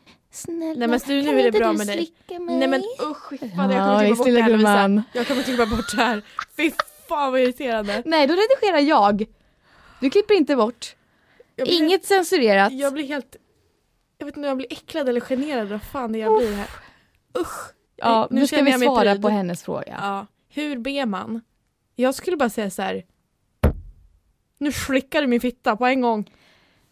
S2: Snälla,
S3: Nej men nu
S2: kan
S3: är det
S2: inte
S3: bra
S2: du
S3: med dig.
S2: slicka mig?
S3: Nej men usch, fy fan,
S2: Ja,
S3: jag
S2: visst,
S3: kommer klippa
S2: lilla
S3: bort det här
S2: gumman.
S3: Lovisa. Jag kommer klippa bort det här. Fy fan vad irriterande.
S2: Nej, då redigerar jag. Du klipper inte bort.
S3: Jag blir,
S2: Inget censurerat.
S3: Jag blir helt... Jag vet inte om jag blir äcklad eller generad. Vad fan det jag blir här. Usch.
S2: ja,
S3: nu
S2: nu ska
S3: känner
S2: vi
S3: jag mig
S2: svara
S3: pryd.
S2: på hennes fråga.
S3: Ja. Hur ber man? Jag skulle bara säga så här. Nu slickar du min fitta på en gång.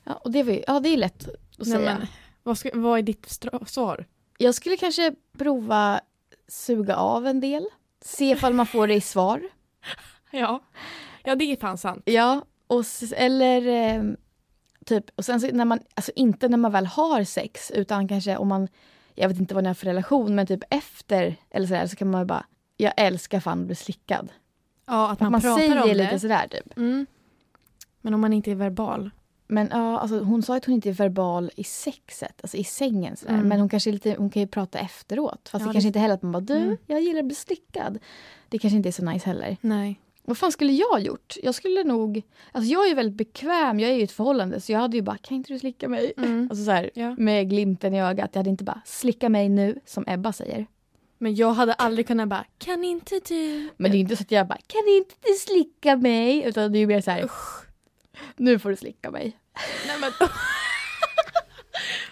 S2: Ja, och det, var ju, ja det är lätt att
S3: Nej,
S2: säga.
S3: men, vad, ska, vad är ditt stra- svar?
S2: Jag skulle kanske prova suga av en del. Se ifall man får det i svar.
S3: Ja. ja, det är fan sant.
S2: Ja, och s- eller ehm, typ, och sen så när man, alltså inte när man väl har sex, utan kanske om man, jag vet inte vad ni har för relation, men typ efter eller sådär så kan man ju bara, jag älskar fan att bli slickad.
S3: Ja, att
S2: Man,
S3: man,
S2: man
S3: pratar
S2: säger
S3: om det.
S2: lite sådär typ.
S3: Mm. Men om man inte är verbal.
S2: Men ja, alltså hon sa att hon inte är verbal i sexet, alltså i sängen sådär.
S3: Mm.
S2: Men hon kanske är lite, hon kan ju prata efteråt. Fast
S3: Ja,
S2: det
S3: det-
S2: kanske inte heller att man bara, du,
S3: Mm.
S2: jag gillar att bli slickad. Det kanske inte är så nice heller.
S3: Nej.
S2: Vad fan skulle jag ha gjort? Jag skulle nog... Alltså jag är ju väldigt bekväm, jag är ju i ett förhållande så jag hade ju bara, kan inte du slicka mig?
S3: Mm.
S2: Alltså så här,
S3: Ja.
S2: med glimten i ögat. Jag hade inte bara, slicka mig nu, som Ebba säger.
S3: Men jag hade aldrig kunnat bara, kan inte du?
S2: Men det är ju inte så att jag bara, kan inte du slicka mig? Utan det är ju mer så här, nu får du slicka mig.
S3: Nej men.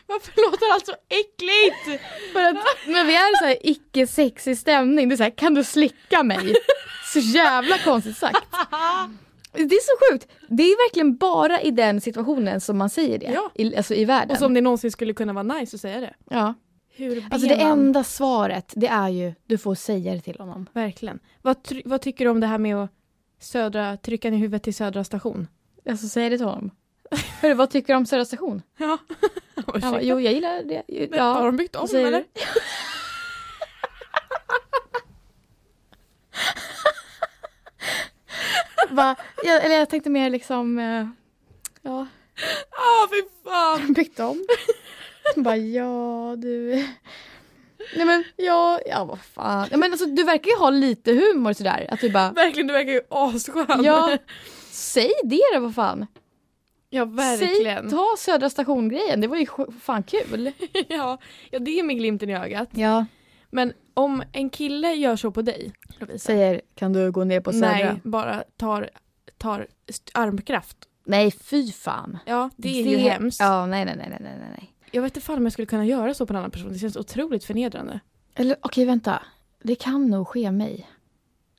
S3: Varför låter allt så äckligt?
S2: <laughs> För att, men vi är så här icke-sexig stämning. Det är så här, kan du slicka mig? Så jävla konstigt sagt. Det är så sjukt. Det är verkligen bara i den situationen som man säger det.
S3: Ja.
S2: I, alltså i världen.
S3: Och som det någonsin skulle kunna vara nice att säga det.
S2: ja.
S3: Hur ber
S2: Alltså det
S3: man?
S2: enda svaret det är ju du får säga det till honom.
S3: Verkligen. Vad, try- vad tycker du om det här med att södra, trycka ner huvudet till Södra station?
S2: Alltså säg det till honom. Hörru, vad tycker du om Södra station?
S3: Ja. <laughs>
S2: Han bara, jo jag gillar det. Jo,
S3: ja. Har
S2: Ja.
S3: de byggt om
S2: Vad säger
S3: eller?
S2: Va? Jag, eller jag tänkte mer liksom, eh, ja,
S3: Ja, fy
S2: <laughs>
S3: fan!
S2: byggt om. Han bara, ja du. Nej men ja, ja vad fan. Ja, men alltså du verkar ju ha lite humor sådär. Att du bara,
S3: Verkligen, du verkar ju asskön. <laughs>
S2: ja, säg det då vad fan.
S3: ja verkligen.
S2: Säg, ta Södra station-grejen, det var ju sj- fan kul.
S3: ja. ja, det är med glimten i ögat.
S2: Ja.
S3: Men om en kille gör så på dig, Lovisa.
S2: Säger, kan du gå ner på Södra?
S3: Nej, bara tar, tar st- armkraft.
S2: Nej, fy fan.
S3: Ja, det är ju hemskt.
S2: Ja, nej, nej, nej, nej, nej, nej.
S3: Jag vet inte fan om jag skulle kunna göra så på en annan person. Det känns otroligt förnedrande.
S2: Eller okej, vänta. Det kan nog ske mig.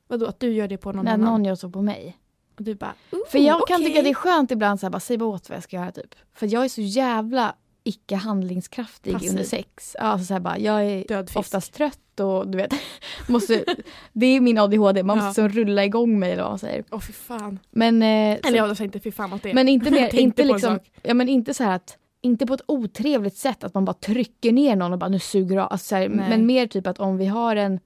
S3: Vadå, att du gör det på någon
S2: när
S3: annan?
S2: någon gör så på mig.
S3: Och du bara,
S2: För jag kan
S3: okej.
S2: tycka det är skönt ibland så här, bara säg bara åt vad jag ska göra typ. För jag är så jävla icke handlingskraftig
S3: Passiv.
S2: under sex. Ja, Alltså så här, bara, jag är
S3: Död fisk.
S2: oftast trött och du vet. <laughs> Måste, det är min ADHD, man
S3: Ja.
S2: måste som rulla igång mig eller vad man säger.
S3: Åh fy fan.
S2: Men, eh,
S3: Eller jag tänkte fy fan åt det.
S2: men inte
S3: <laughs> Jag
S2: mer,
S3: tänkte
S2: inte
S3: på en
S2: liksom,
S3: sak.
S2: ja men inte så här att inte på ett otrevligt sätt att man bara trycker ner någon och bara nu suger du av. Alltså så här,
S3: Nej.
S2: men mer typ att om vi har en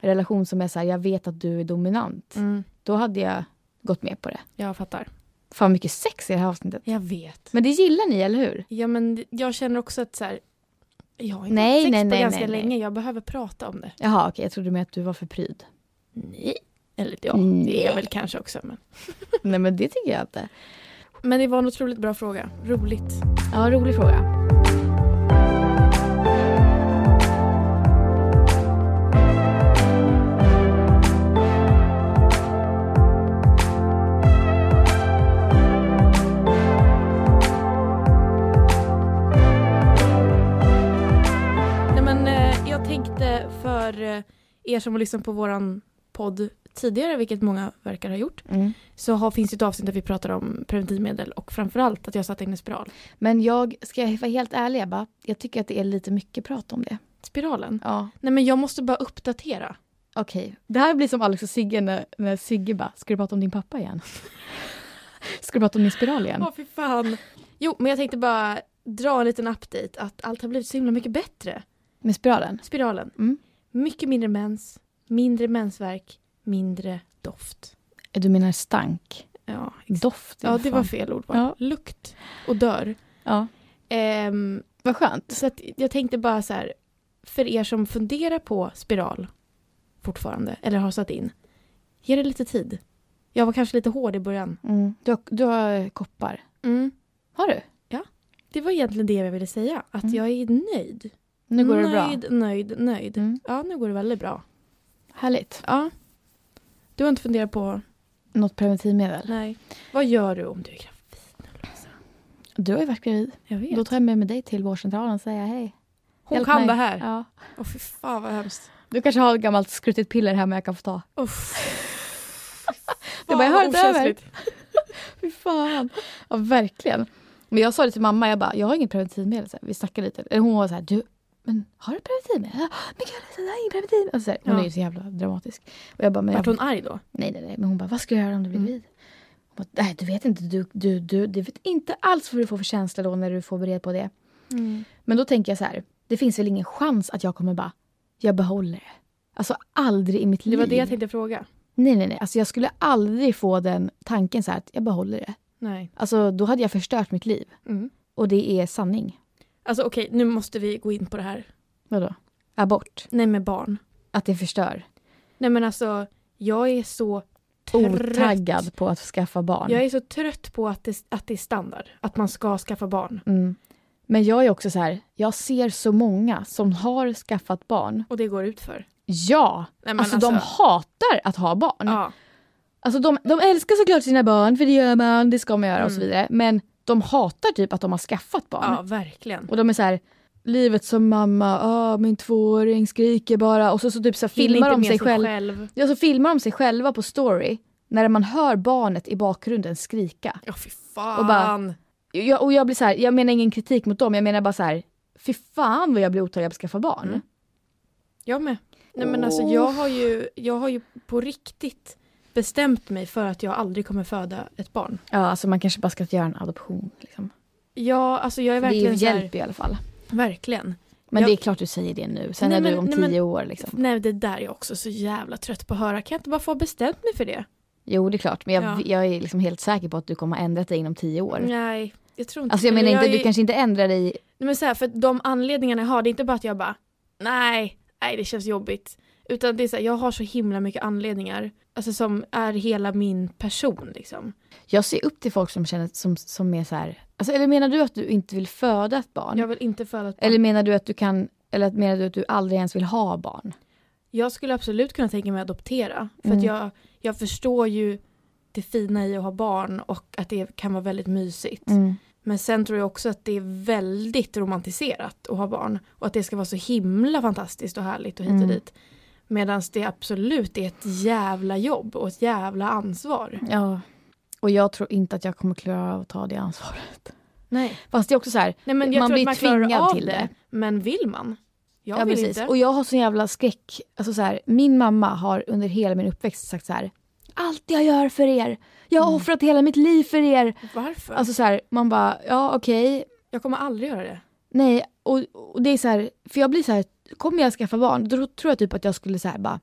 S2: relation som är så här, jag vet att du är dominant.
S3: Mm,
S2: Då hade jag gått med på det.
S3: jag fattar.
S2: Fan mycket sex i det här avsnittet.
S3: Jag vet.
S2: Men det gillar ni, eller hur?
S3: Ja men jag känner också att så här, jag har inte
S2: Nej,
S3: haft sex
S2: nej,
S3: på
S2: nej,
S3: ganska
S2: nej, nej.
S3: länge. Jag behöver prata om det.
S2: Jaha, okej, jag trodde med att du var för pryd. <laughs>
S3: Nej. Eller ja, det
S2: Nej.
S3: är jag väl kanske också. Men.
S2: Nej, men det tycker jag inte.
S3: men det var en otroligt bra fråga. Roligt.
S2: Ja, rolig fråga.
S3: Nej men eh, jag tänkte för eh, er som lyssnar på våran podd tidigare, vilket många verkar ha gjort,
S4: Mm.
S3: så har, finns det ett avsnitt där vi pratar om preventivmedel och framförallt att jag satte in en spiral.
S2: Men jag, ska jag vara helt ärlig Ebba, jag tycker att det är lite mycket prat om det.
S3: Spiralen?
S2: Ja.
S3: Nej men jag måste bara uppdatera.
S2: Okej, det här blir som Alex och Sigge när, när Sigge bara, ska du prata om din pappa igen? <laughs> ska du prata om din spiral igen?
S3: Åh fy fan. Jo men jag tänkte bara dra en liten update att allt har blivit så himla mycket bättre.
S2: Med spiralen?
S3: Spiralen.
S2: Mm.
S3: Mycket mindre mens, mindre mensvärk, mindre doft.
S2: Du menar stank?
S3: Ja,
S2: Doft?
S3: ja
S2: vad
S3: det
S2: fan.
S3: var fel ord. Var.
S2: Ja.
S3: Lukt och dör.
S2: Ja.
S3: Ehm,
S2: Vad skönt.
S3: så att jag tänkte bara så här, för er som funderar på spiral fortfarande, eller har satt in, ge det lite tid. Jag var kanske lite hård i början.
S2: Mm. Du, har, du har koppar? Har du?
S3: Det var egentligen det jag ville säga, att
S2: Mm.
S3: jag är nöjd.
S2: Nu går det bra?
S3: nöjd, nöjd, nöjd.
S2: Mm.
S3: Ja, nu går det väldigt bra.
S2: Härligt.
S3: Ja. Du har inte funderat på...
S2: Något preventivmedel?
S3: Nej. Vad gör du om du är gravid?
S2: Du har ju varit gravid.
S3: Jag vet.
S2: Då tar jag med mig dig till vårdcentralen och säger hej.
S3: Hon
S2: Hjälp
S3: kan
S2: mig.
S3: det här.
S2: Ja.
S3: Åh fy fan vad hemskt.
S2: Du kanske har ett gammalt skruttigt piller hemma jag kan få ta.
S3: Uff.
S2: <laughs> Det bara, jag har
S3: Fan,
S2: inte över.
S3: okänsligt.
S2: Fy fan. Ja, verkligen. Men jag sa det till mamma, jag bara, jag har inget preventivmedel. Så här, vi snackade lite. Eller Hon var så här, du, men har du preventivmedel? Ja, Men gud, alltså, jag har inget preventivmedel. Och så här, hon
S3: Ja.
S2: är ju så jävla dramatisk. Och jag bara, men
S3: Vart
S2: jag,
S3: hon Mm. arg då?
S2: nej, nej, nej. Men hon bara, vad ska jag göra om du blir gravid? Hon bara, nej, du vet inte. Du, du, du, du vet inte alls vad du får för känsla då när du får bered på det. Men då tänker jag så här, det finns väl ingen chans att jag kommer bara, jag behåller det. Alltså aldrig i mitt
S3: Det
S2: liv.
S3: var det jag tänkte fråga.
S2: Nej, nej, nej. Alltså, jag skulle aldrig få den tanken så här att jag behåller det.
S3: Nej.
S2: Alltså, då hade jag förstört mitt liv.
S3: Mm.
S2: Och det är sanning.
S3: Alltså okej, nu måste vi gå in på det här.
S2: Vadå? Abort.
S3: Nej med barn.
S2: Att det förstör.
S3: Nej men alltså, jag är så trött.
S2: Otaggad på att skaffa barn.
S3: Jag är så trött på att det, att det är standard. Att man ska skaffa barn.
S2: Mm. Men jag är också så här, jag ser så många som har skaffat barn.
S3: Och det går ut för.
S2: Mm. Ja!
S3: Nej, men
S2: alltså, de hatar att ha barn.
S3: Ja.
S2: Alltså, de, de älskar såklart sina barn, för det gör man, det ska man göra och så vidare. Men de hatar typ att de har skaffat barn.
S3: Mm. ja, verkligen.
S2: Mm. Och de är så här, livet som mamma, ah, min tvååring skriker bara. Och så, så typ så här, filmar
S3: Hinner
S2: de
S3: inte
S2: sig
S3: med
S2: själv. Ja, så filmar de sig själva på story när man hör barnet i bakgrunden skrika.
S3: Ja, fy fan.
S2: Och bara- Jag, och jag blir så här, jag menar ingen kritik mot dem, jag menar bara så här, fy fan vad jag blir otaggad på att skaffa barn.
S3: Mm. Jag med. Nej men alltså jag har, ju, jag har ju på riktigt bestämt mig för att jag aldrig kommer föda ett barn.
S2: Ja, alltså man kanske bara ska göra en adoption. Liksom.
S3: Ja, alltså jag är
S2: Det är ju
S3: verkligen så här,
S2: hjälp i alla fall.
S3: Verkligen.
S2: Men
S3: Jag-
S2: det är klart du säger det nu, sen
S3: Nej,
S2: är du
S3: men-
S2: om
S3: nej,
S2: tio
S3: men-
S2: år. Liksom.
S3: Nej, det där är jag också så jävla trött på att höra. Kan jag inte bara få bestämt mig för det?
S2: Jo, det är klart, men jag,
S3: Ja.
S2: jag är liksom helt säker på att du kommer ha ändrat dig inom tio år.
S3: Nej, jag tror inte
S2: Alltså jag menar
S3: Eller
S2: inte,
S3: är
S2: du
S3: ju-
S2: kanske inte ändrar dig
S3: Nej, men så här, för att de anledningarna jag har, det är inte bara att jag bara nej, nej det känns jobbigt. Utan det är så här, jag har så himla mycket anledningar. Alltså som är hela min person liksom.
S2: Jag ser upp till folk som känner som, som är så här... Alltså, eller menar du att du inte vill föda ett barn?
S3: Jag vill inte föda ett barn.
S2: Eller menar du att du kan... Eller att- menar du att du aldrig ens vill ha barn?
S3: Jag skulle absolut kunna tänka mig att adoptera. För
S2: Mm.
S3: att jag, jag förstår ju det fina i att ha barn och att det kan vara väldigt mysigt.
S2: Mm.
S3: Men sen tror jag också att det är väldigt romantiserat att ha barn. Och att det ska vara så himla fantastiskt och härligt och hit och
S2: Mm.
S3: dit. Medan det absolut är ett jävla jobb och ett jävla ansvar.
S2: Ja. Och jag tror inte att jag kommer klara av att ta det ansvaret.
S3: Nej.
S2: Fast det är också så här...
S3: Nej men jag
S2: Man
S3: tror
S2: blir
S3: att man klarar
S2: tvingad
S3: av
S2: till
S3: till det.
S2: det.
S3: Men vill man? Jag
S2: ja,
S3: vill
S2: precis.
S3: inte.
S2: Och jag har sån jävla skräck. Alltså så här, min mamma har under hela min uppväxt sagt så här... Allt jag gör för er! Jag
S3: Mm.
S2: har offrat hela mitt liv för er!
S3: Varför?
S2: Alltså så här, man bara, ja okej,
S3: jag kommer aldrig göra det.
S2: Nej, och, och det är så här, för jag blir så här, kommer jag skaffa barn, då tror jag typ att jag skulle så här bara,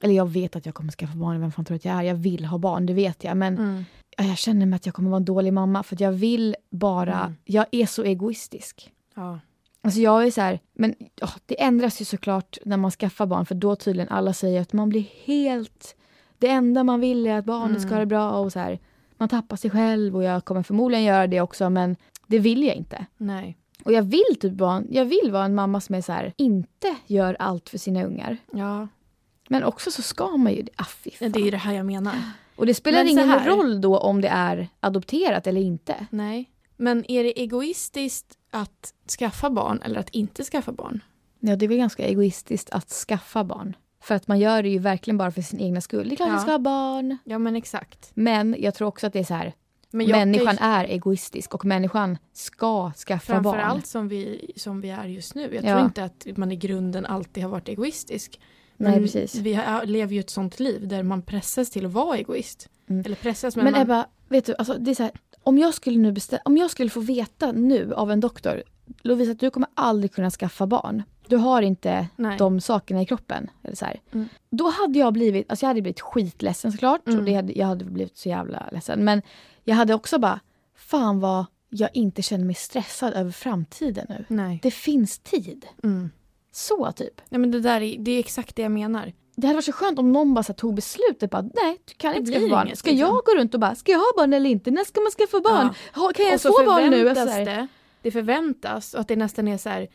S2: eller jag vet att jag kommer skaffa barn, vem fan tror jag att jag är? Jag vill ha barn, det vet jag, men ja, jag känner mig att jag kommer vara en dålig mamma för att jag vill bara, jag är så egoistisk.
S3: Ja.
S2: Alltså jag är så här, men ja, det ändras ju såklart när man skaffar barn för då tydligen alla säger att man blir helt, det enda man vill är att barnet ska ha det bra och så här, man tappar sig själv och jag kommer förmodligen göra det också men det vill jag inte.
S3: Nej.
S2: Och jag vill typ vara en, jag vill vara en mamma som är så här, inte gör allt för sina ungar.
S3: Ja.
S2: Men också så ska man ju det. Ah, fy
S3: Nej,
S2: fan.
S3: Det är ju det här jag menar.
S2: Och det spelar
S3: Men så
S2: ingen
S3: här-
S2: roll då om det är adopterat eller inte.
S3: Nej. Men är det egoistiskt att skaffa barn eller att inte skaffa barn?
S2: Ja, det är väl ganska egoistiskt att skaffa barn. För att man gör det ju verkligen bara för sin egna skull. Det är klart
S3: Ja.
S2: jag ska ha barn.
S3: Ja men exakt.
S2: Men jag tror också att det är så här,
S3: Men
S2: människan är egoistisk och människan ska skaffa barn.
S3: Framförallt som vi, som vi är just nu. Jag
S2: Ja.
S3: tror inte att man i grunden alltid har varit egoistisk.
S2: Nej,
S3: Men
S2: precis.
S3: Vi har, äh, lever ju ett sånt liv där man pressas till att vara egoist. Eller pressas Mm. men,
S2: Men
S3: man,
S2: Ebba, vet du, alltså, det är så här, om, jag skulle nu bestä- om jag skulle få veta nu av en doktor, Lovisa, att du kommer aldrig kunna skaffa barn. Du har inte
S3: Nej. Mm.
S2: de sakerna i kroppen. Eller så här. Då hade jag blivit, alltså jag hade blivit skitledsen såklart. Och
S3: Mm.
S2: det hade, jag hade blivit så jävla ledsen. Men jag hade också bara, fan vad jag inte känner mig stressad över framtiden nu.
S3: Nej.
S2: Det finns tid.
S3: Mm.
S2: Så typ.
S3: Nej men det där är, det är exakt det jag menar.
S2: Det hade varit så skönt om någon bara så här, tog beslutet bara, nej du kan inte
S3: blir
S2: skaffa barn.
S3: inget,
S2: Ska
S3: liksom.
S2: jag gå runt och bara, ska jag ha barn eller inte? När ska man skaffa barn? Ha, kan jag
S3: och så
S2: få barn nu? Alltså,
S3: förväntas
S2: så här,
S3: det, det förväntas och att det nästan är så här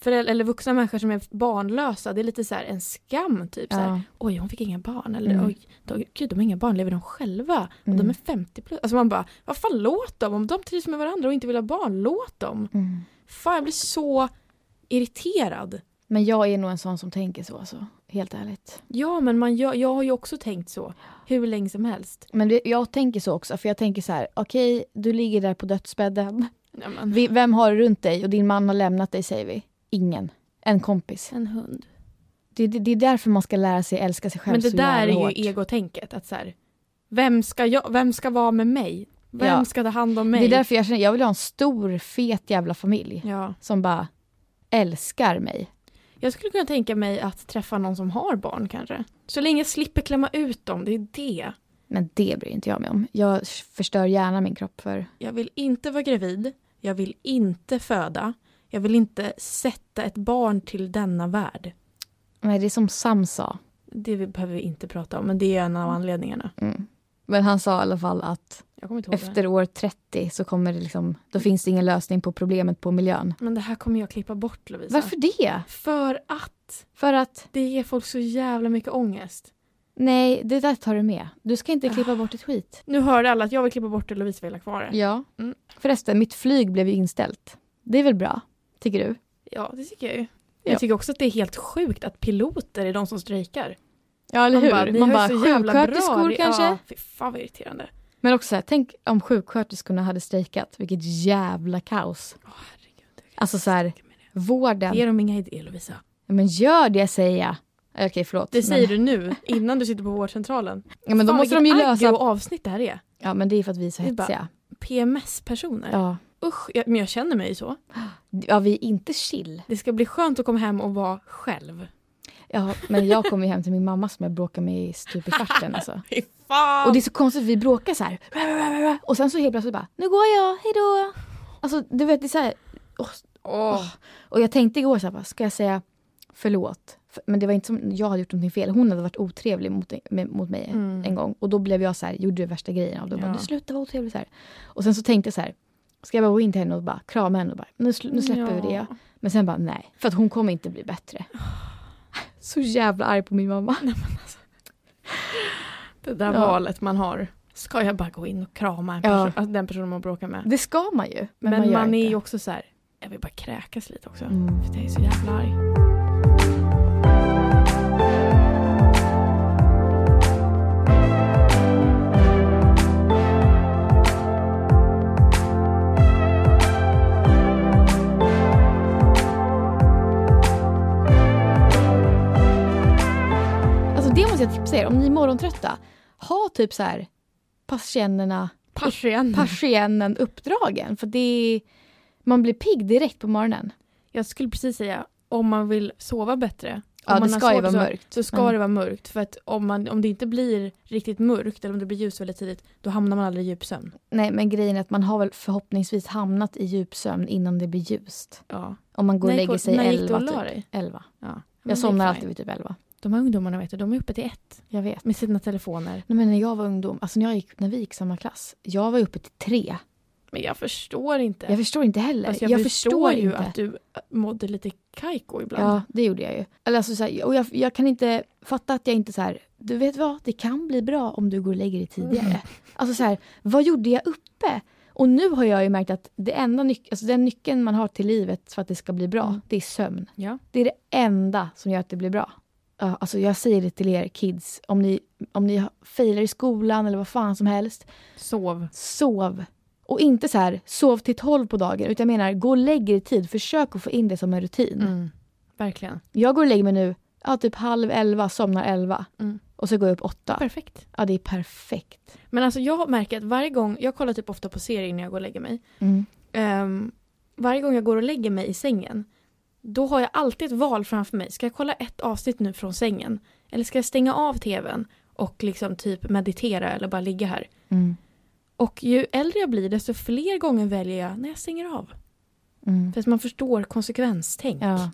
S3: föräldrar, eller vuxna människor som är barnlösa, det är lite så här en skam typ. Så här,
S2: Ja. Mm.
S3: Oj, hon fick inga barn. Eller oj, de, gud de har inga barn, lever de själva? Och de är 50 plus. Alltså man bara, vad fan låt dem? Om de trivs med varandra och inte vill ha barn, låt dem.
S2: Mm.
S3: Fan, jag blir så irriterad.
S2: Men jag är nog en sån som tänker så, alltså. helt ärligt.
S3: Ja, men man gör, jag har ju också tänkt så. Hur länge som helst.
S2: Men det, jag tänker så också, för jag tänker så här, okej du ligger där på dödsbädden.
S3: Ja, men.
S2: Vi, vem har du runt dig? Och din man har lämnat dig säger vi. Ingen. En kompis.
S3: En hund.
S2: Det, det, det är därför man ska lära sig älska sig själv
S3: Men det
S2: så
S3: där är
S2: jävla
S3: ju
S2: hårt.
S3: egotänket. Att så här, vem, ska jag, vem ska vara med mig? Vem
S2: Ja.
S3: ska ta hand om mig?
S2: Det är därför jag känner, jag vill ha en stor fet jävla familj.
S3: ja.
S2: Som bara älskar mig.
S3: Jag skulle kunna tänka mig att träffa någon som har barn kanske. Så länge jag slipper klämma ut dem, det är det.
S2: Men det bryr inte jag mig om. Jag förstör gärna min kropp för...
S3: Jag vill inte vara gravid. Jag vill inte föda. Jag vill inte sätta ett barn till denna värld.
S2: Nej, det är som Sam sa.
S3: Det vi- behöver vi inte prata om, men det är en
S2: Mm.
S3: av anledningarna.
S2: Men han sa i alla fall att
S3: Jag kommer inte ihåg det.
S2: efter år 30 så kommer det liksom... Då finns det ingen lösning på problemet på miljön.
S3: Men det här kommer jag klippa bort Lovisa.
S2: Varför det?
S3: För att
S2: För att...
S3: det ger folk så jävla mycket ångest.
S2: Nej, det där tar du med. Du ska inte
S3: Ah.
S2: klippa bort ett skit.
S3: Nu hörde alla att jag vill klippa bort det, Lovisa vill ha kvar det.
S2: Ja.
S3: Mm.
S2: Förresten, mitt flyg blev ju inställt. Det är väl bra? Tycker du?
S3: Ja, det tycker jag ju.
S2: Ja.
S3: Jag tycker också att det är helt sjukt att piloter är de som strejkar.
S2: Ja,
S3: Man bara, ni
S2: Man
S3: har
S2: bara,
S3: ju så jävla bra
S2: sjuksköterskor
S3: re-
S2: kanske?
S3: Ja, fy fan vad irriterande.
S2: Men också så här, tänk om sjuksköterskorna hade strejkat. Vilket jävla kaos.
S3: Åh herregud.
S2: Alltså så här, vården.
S3: Ge dem inga idéer Lovisa.
S2: Men gör det säger jag. Okej, förlåt.
S3: Det säger
S2: men,
S3: du nu, innan du sitter på vårdcentralen.
S2: Ja, men då
S3: Fan,
S2: måste de ju
S3: vilket agg
S2: lösa...
S3: och avsnitt det här är.
S2: Ja, men det är för att vi är så
S3: Det är bara-
S2: hetsiga.
S3: PMS-personer.
S2: Ja.
S3: Usch, jag, men jag känner mig ju så.
S2: ja, vi är inte chill.
S3: Det ska bli skönt att komma hem och vara själv.
S2: Ja, men jag kommer ju hem till min mamma som jag bråkar med i stup i kvarten. Alltså.
S3: <laughs> Fy fan!
S2: Och det är så konstigt, vi bråkar så här. Och sen så helt plötsligt bara, nu går jag, hejdå. Alltså, du vet, det är så här. Åh, åh. Och jag tänkte igår så här, bara, ska jag säga förlåt? För- Men det var inte som jag hade gjort någonting fel. Hon hade varit otrevlig mot, med, mot mig en gång. Och då blev jag så här, gjorde det värsta grejen av det. Bara,
S3: Mm. Ja.
S2: nu sluta vara otrevlig så här. Och sen så tänkte jag så här, ska jag bara gå in till henne och bara krama henne och bara, nu, sl- nu släpper vi det.
S3: Ja.
S2: Men sen bara, nej. För att hon kommer inte bli
S3: <sighs>
S2: bättre. Så jävla arg på min mamma.
S3: Det där
S2: Ja.
S3: valet man har. Ska jag bara gå in och krama en person,
S2: Ja.
S3: alltså den personen man bråkar med?
S2: Det ska man ju. Men,
S3: Men, man,
S2: gör inte. Mm.
S3: är ju också så här, jag vill bara kräkas lite också. För det är så jävla arg.
S2: Alltså det måste jag tipsa er om ni är morgontrötta. Ha typ så här persiennerna,
S3: Persien.
S2: persiennen uppdragen. För det är, man blir pigg direkt på morgonen.
S3: Jag skulle precis säga, om man vill sova bättre.
S2: Ja,
S3: om man
S2: det
S3: har
S2: ska ju
S3: svårt
S2: vara
S3: att sova,
S2: mörkt, Mm.
S3: Så ska
S2: men-
S3: det vara mörkt. För att om, man, om det inte blir riktigt mörkt eller om det blir ljus väldigt tidigt, då hamnar man aldrig i djupsömn.
S2: Nej men grejen är att man har väl förhoppningsvis hamnat i djupsömn innan det blir ljust.
S3: Ja.
S2: Om man går och
S3: När gick
S2: lägger
S3: du-
S2: sig
S3: när gick du och
S2: 11
S3: la
S2: typ.
S3: dig?
S2: 11.
S3: ja. Men det är
S2: Jag somnar
S3: fine.
S2: alltid vid typ 11.
S3: De här ungdomarna vet du, de är uppe till ett
S2: Jag vet.
S3: med sina telefoner.
S2: Nej, men när jag var ungdom, alltså när, jag gick, när vi gick samma klass, jag var uppe till tre.
S3: Men jag förstår inte.
S2: Jag förstår inte heller.
S3: Alltså, jag, förstår, ju
S2: inte.
S3: att du äh, mådde lite kajko ibland.
S2: Ja, det gjorde jag ju. Eller alltså, så här, och jag, jag kan inte fatta att jag inte så här, du vet vad, det kan bli bra om du går och lägger dig tidigare. Alltså så här, vad gjorde jag uppe? Och nu har jag ju märkt att det enda nyc- alltså, den nyckeln man har till livet för att det ska bli bra, det är sömn.
S3: Ja.
S2: Det är det enda som gör att det blir bra. ja, alltså jag säger det till er kids, om ni, om ni failar i skolan eller vad fan som helst,
S3: Sov.
S2: sov. Och inte så här, sov till 12 på dagen, utan jag menar, gå och lägg er i tid. Försök att få in det som en rutin.
S3: Mm. Verkligen.
S2: Jag går och lägger mig nu, ja, typ halv elva, somnar elva.
S3: Mm.
S2: Och så går jag upp åtta.
S3: Perfekt.
S2: Ja, det är perfekt.
S3: Men alltså jag märker att varje gång, jag kollar typ ofta på serier när jag går och lägger mig.
S2: Mm.
S3: Ehm, varje gång jag går och lägger mig i sängen, då har jag alltid ett val framför mig. Ska jag kolla ett avsnitt nu från sängen? Eller ska jag stänga av tvn och liksom typ meditera eller bara ligga här?
S2: Mm.
S3: Och ju äldre jag blir desto fler gånger väljer jag när jag stänger av.
S2: Mm.
S3: För att man förstår konsekvenstänk.
S2: Ja.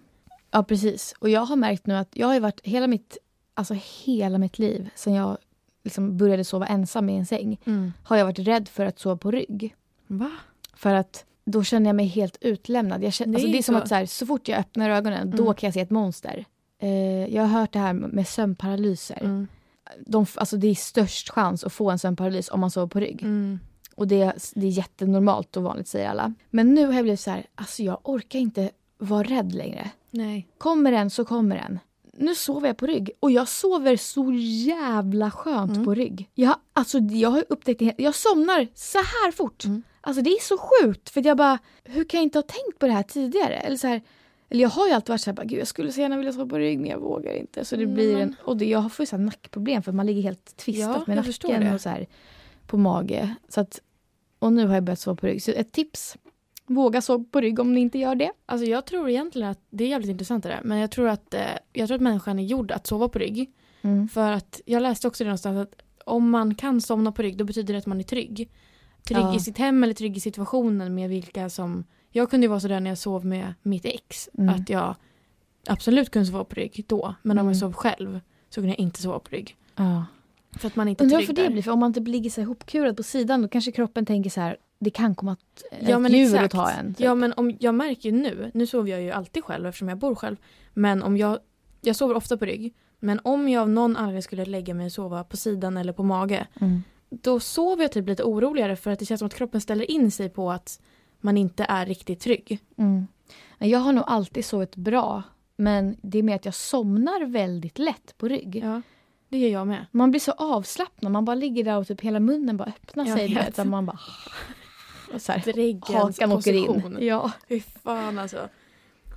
S2: ja, precis. Och jag har märkt nu att jag har ju varit hela mitt, alltså hela mitt liv sen jag liksom började sova ensam i en säng,
S3: Mm.
S2: har jag varit rädd för att sova på rygg.
S3: Va?
S2: För att då känner jag mig helt utlämnad. Jag känner,
S3: Det är
S2: alltså det
S3: ju
S2: är som
S3: så.
S2: att så, här, så fort jag öppnar ögonen, då
S3: Mm.
S2: kan jag se ett monster. Eh, jag har hört det här med sömnparalyser.
S3: Mm.
S2: De, f- alltså det är störst chans att få en sömnparalys om man sover på rygg.
S3: Mm.
S2: Och det, det är jättenormalt och vanligt säger alla. Men nu har jag blivit så här, alltså jag orkar inte vara rädd längre.
S3: Nej.
S2: Kommer den så kommer den. Nu sover jag på rygg och jag sover så jävla skönt
S3: Mm.
S2: på rygg. Jag, alltså, jag har upptäckt det, jag somnar så här fort.
S3: Mm.
S2: Alltså det är så sjukt för jag bara, hur kan jag inte ha tänkt på det här tidigare? Eller, så här, eller jag har ju alltid varit så här, bara, gud jag skulle så gärna vilja sova på rygg men jag vågar inte. Så det blir en, och det, jag får ju så här nackproblem för man ligger helt tvistat
S3: Mm, Ja,
S2: med
S3: jag förstår
S2: nacken
S3: det.
S2: och så här på mage. Så att, och nu har jag börjat sova på rygg. Så ett tips, våga sova på rygg om ni inte gör det.
S3: Alltså jag tror egentligen att, det är jävligt intressant det där, men jag tror att, eh, jag tror att människan är gjord att sova på rygg.
S2: Mm.
S3: För att jag läste också det någonstans att om man kan somna på rygg då betyder det att man är trygg. Trygg
S2: Ja.
S3: i sitt hem eller trygg i situationen med vilka som, jag kunde ju vara sådär när jag sov med mitt ex,
S2: Mm.
S3: att jag absolut kunde sova på rygg då, men om
S2: Mm.
S3: jag sov själv så kunde jag inte sova på rygg.
S2: Ja.
S3: För att man inte är
S2: Undrar
S3: trygg
S2: varför
S3: där.
S2: det blir, för om man typ ligger så här ihopkurad på sidan då kanske kroppen tänker så här, det kan komma att,
S3: Ja,
S2: ett
S3: men
S2: djur
S3: exakt.
S2: att ta en. typ.
S3: Ja men om, jag märker ju nu, nu sover jag ju alltid själv eftersom jag bor själv. Men om jag, jag sover ofta på rygg. Men om jag av någon anledning skulle lägga mig och sova på sidan eller på mage.
S2: Mm.
S3: Då sover jag typ lite oroligare för att det känns som att kroppen ställer in sig på att man inte är riktigt trygg.
S2: Mm. Jag har nog alltid sovit bra, men det är mer att jag somnar väldigt lätt på rygg.
S3: Ja, det gör jag med.
S2: Man blir så avslappnad, man bara ligger där och typ hela munnen bara öppnar
S3: Jag
S2: sig. du
S3: vet.
S2: vet, så man bara... Och så här,
S3: Dräggens
S2: hakan åker in.
S3: position.
S2: Ja.
S3: Fy fan alltså.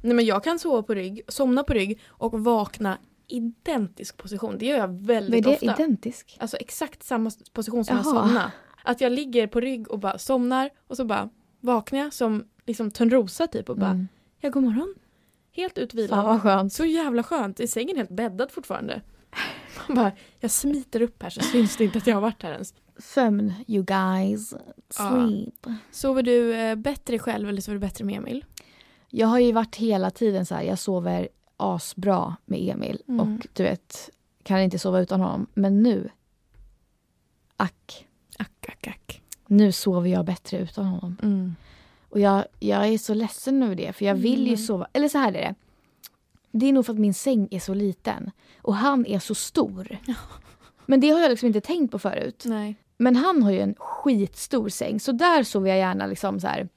S3: Nej men jag kan sova på rygg, somna på rygg och vakna identisk position. Det gör jag
S2: Men är
S3: väldigt
S2: det
S3: ofta.
S2: identisk?
S3: Alltså exakt samma position som jag
S2: Jaha.
S3: somnade. Att jag ligger på rygg och bara somnar och så bara vaknar jag som liksom Törnrosa typ och bara,
S2: Mm.
S3: ja god morgon. Helt utvilad.
S2: Fan vad skönt.
S3: Så jävla skönt, i sängen helt bäddad fortfarande. Man bara, jag smiter upp här så syns det inte att jag har varit här ens.
S2: Sömn, you guys. Sleep.
S3: Sover du eh, bättre själv eller sover du bättre med Emil?
S2: Jag har ju varit hela tiden så här, jag sover asbra med Emil
S3: Mm.
S2: och du vet, kan inte sova utan honom. Men nu, ack,
S3: Ack, ack, ack.
S2: nu sover jag bättre utan honom.
S3: Mm.
S2: Och jag, jag är så ledsen över det, för jag vill ju
S3: Mm.
S2: sova, eller så här är det. Det är nog för att min säng är så liten och han är så
S3: <laughs>
S2: stor. Men det har jag liksom inte tänkt på förut.
S3: Nej.
S2: Men han har ju en skitstor säng, så där sover jag gärna liksom så här.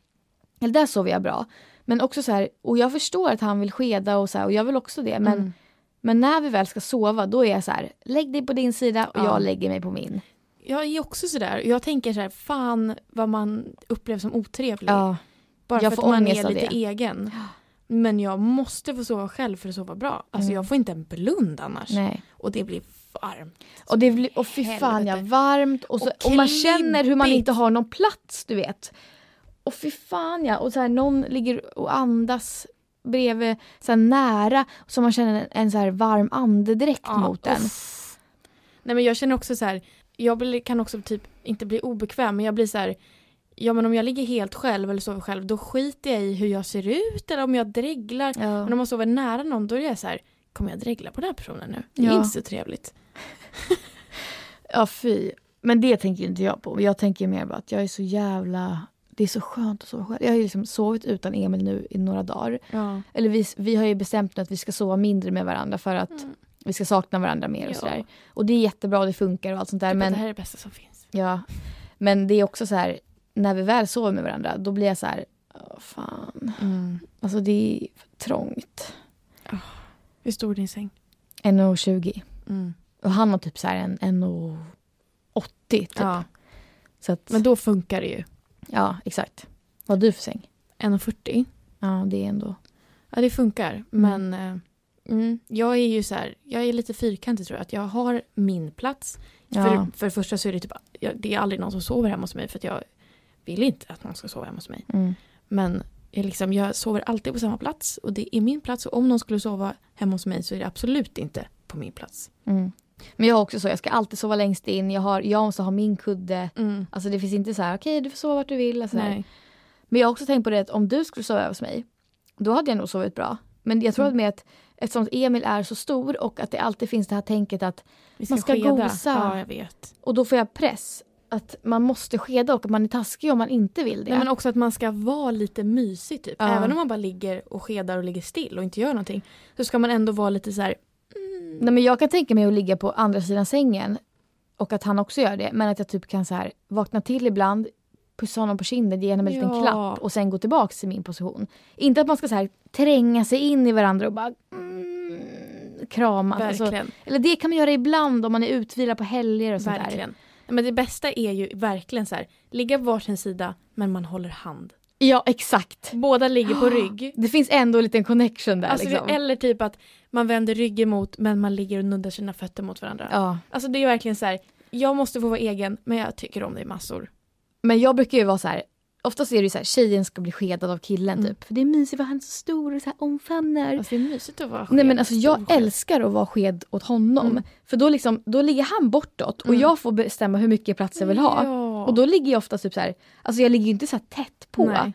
S2: Eller där sover jag bra. Men också så här, och jag förstår att han vill skeda och så här, och jag vill också det. Men,
S3: Mm.
S2: men när vi väl ska sova, då är jag så här, lägg dig på din sida och
S3: Ja.
S2: jag lägger mig på min.
S3: Jag är också sådär, jag tänker såhär, fan vad man upplevs som otrevlig.
S2: Ja.
S3: Bara
S2: Jag
S3: för
S2: får
S3: att man
S2: ångest
S3: är
S2: av
S3: lite
S2: det.
S3: egen. Men jag måste få sova själv för att sova bra. Alltså jag får inte en blund annars.
S2: Mm. Nej.
S3: Och det blir varmt.
S2: Och det blir, och fy fan ja,
S3: helvete.
S2: varmt och, så,
S3: Och
S2: och, man känner hur man
S3: klibbigt.
S2: inte har någon plats, du vet. Och fy fan ja, och så här, någon ligger och andas bredvid, så här nära, så man känner en, en så här varm andedräkt
S3: Ja,
S2: mot den.
S3: uff. Nej men jag känner också så här. jag blir, kan också typ inte bli obekväm men jag blir så här. ja men om jag ligger helt själv eller sover själv då skiter jag i hur jag ser ut eller om jag dreglar.
S2: Ja.
S3: Men om man sover nära någon då är jag så här. kommer jag dregla på den här personen nu? Det är
S2: Ja.
S3: inte så trevligt.
S2: Ja fy. Men det tänker ju inte jag på. Jag tänker mer bara att jag är så jävla... Det är så skönt att sova själv. Jag har ju liksom sovit utan Emil nu i några dagar.
S3: Ja.
S2: Eller vi, vi har ju bestämt nu att vi ska sova mindre med varandra för att vi ska sakna varandra mer och
S3: Mm. Ja.
S2: sådär. Och det är jättebra och det funkar och allt sånt där.
S3: Men...
S2: Men,
S3: Det här är det bästa som finns.
S2: ja. men det är också så här, när vi väl sover med varandra då blir jag så här, åh Mm. fan. Alltså det är för trångt.
S3: Hur stor är din säng?
S2: 1,20.
S3: Mm.
S2: Och han var typ så här en 1,80 typ.
S3: Ja.
S2: Så att,
S3: Men då funkar det ju.
S2: ja, exakt. Vad har du för säng?
S3: 1,40.
S2: Ja, det är ändå...
S3: Ja, det funkar. Men eh, mm, jag är ju så här, jag är lite fyrkantig tror jag. Att jag har min plats.
S2: Ja.
S3: För, för det första så är det typ, jag, det är aldrig någon som sover hemma hos mig för att jag vill inte att någon ska sova hemma hos mig.
S2: Mm.
S3: Men jag, liksom, jag sover alltid på samma plats och det är min plats. Och om någon skulle sova hemma hos mig så är det absolut inte på min plats.
S2: Mm. Men jag har också så, jag ska alltid sova längst in. Jag, har, jag måste ha min kudde. Alltså det finns inte så här, okej du får sova vart du vill. Alltså
S3: Mm. Nej.
S2: Men jag har också tänkt på det att om du skulle sova över hos mig, då hade jag nog sovit bra. Men jag tror
S3: Mm.
S2: att med att eftersom Emil är så stor och att det alltid finns det här tänket att
S3: Vi
S2: Man ska
S3: skeda.
S2: gosa.
S3: Ja, jag vet.
S2: och då får jag press att man måste skeda och att man är taskig om man inte vill det.
S3: Nej, men också att man ska vara lite mysig typ.
S2: Ja.
S3: Även om man bara ligger och skedar och ligger still och inte gör någonting. Så ska man ändå vara lite så här,
S2: Nej, men jag kan tänka mig att ligga på andra sidan sängen och att han också gör det. Men att jag typ kan så här, vakna till ibland, pussa honom på kinden, ge honom en liten
S3: Ja.
S2: klapp och sen gå tillbaka till min position. Inte att man ska så här, tränga sig in i varandra och bara mm, kramas. Alltså,
S3: verkligen.
S2: eller det kan man göra ibland om man är utvilad på helger och sånt där.
S3: Verkligen. Nej, Men det bästa är ju verkligen så här, ligga på varsin sida men man håller hand.
S2: Ja, exakt.
S3: Båda ligger <gasps> på rygg.
S2: Det finns ändå en liten connection där.
S3: Alltså,
S2: liksom.
S3: Eller typ att man vänder ryggen mot men man ligger och nuddar sina fötter mot varandra.
S2: ja.
S3: Alltså det är verkligen så här, jag måste få vara egen men jag tycker om dig massor.
S2: Men jag brukar ju vara så här, oftast är det ju så här, tjejen ska bli skedad av killen
S3: Mm.
S2: typ. För det är mysigt för han är så stor och så här omfamnar.
S3: Alltså det är mysigt att vara
S2: Nej
S3: själv.
S2: men alltså jag
S3: Stor själv.
S2: älskar att vara sked åt honom.
S3: Mm.
S2: För då, liksom, då ligger han bortåt och
S3: Mm.
S2: jag får bestämma hur mycket plats jag vill ha.
S3: Ja.
S2: Och då ligger jag ofta typ så här, alltså jag ligger ju inte så här tätt på.
S3: Nej.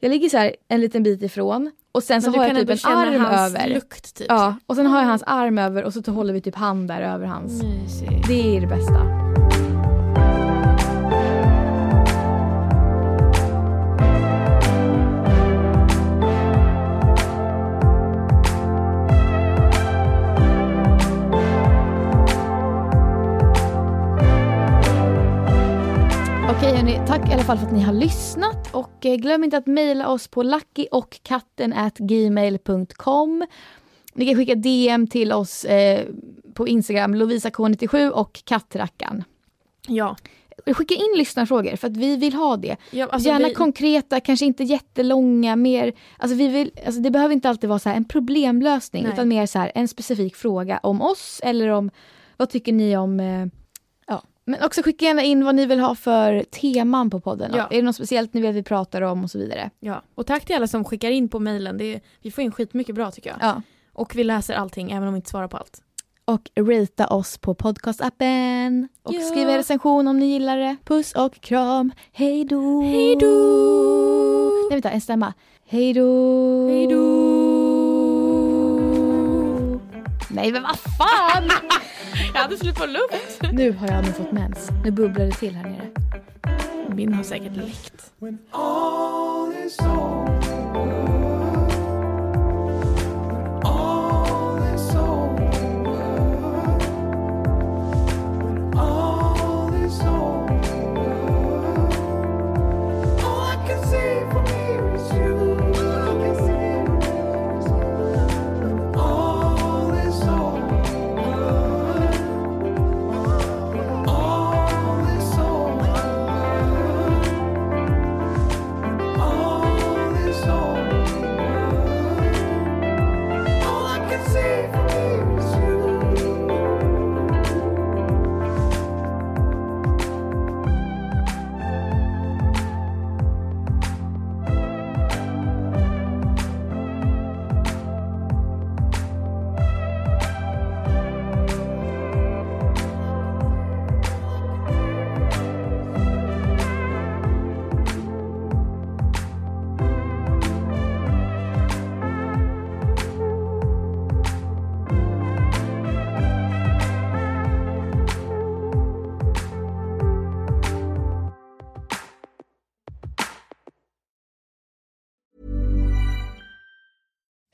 S2: Jag ligger så här en liten bit ifrån och sen så
S3: Men du
S2: har jag typ
S3: kan ändå
S2: en
S3: känna
S2: arm
S3: hans
S2: över.
S3: lukt typ.
S2: Ja, och sen har jag hans arm över och så tar- håller vi typ hand där över hans.
S3: Mysigt.
S2: Det är det bästa. Okej hörni, tack i alla fall för att ni har lyssnat och eh, glöm inte att mejla oss på luckyochkatten@gmail.com. Ni kan skicka DM till oss eh, på Instagram, lovisak97 och kattrackan.
S3: Ja.
S2: Skicka in lyssnarfrågor för att vi vill ha det.
S3: ja alltså,
S2: Gärna
S3: vi-
S2: konkreta, kanske inte jättelånga, mer, alltså vi vill, alltså det behöver inte alltid vara så här en problemlösning
S3: Nej.
S2: utan mer så här en specifik fråga om oss eller om vad tycker ni om, eh, ja. Men också skicka gärna in vad ni vill ha för teman på podden.
S3: Ja.
S2: Är det något speciellt ni vill att vi pratar om och så vidare.
S3: Ja, och tack till alla som skickar in på mejlen. Det är- Vi får in skitmycket bra tycker jag.
S2: Ja.
S3: Och vi läser allting även om vi inte svarar på allt.
S2: Och ratea oss på podcastappen. Och
S3: Ja.
S2: skriv en recension om ni gillar det. Puss och kram. Hej då!
S3: Hej då!
S2: Nej vänta, en stämma. Hej då!
S3: Hej då!
S2: Nej men vad fan!
S3: <laughs> Jag hade slut på luft.
S2: nu har jag nog fått mens. Nu bubblar det till här nere.
S3: Min har säkert läckt.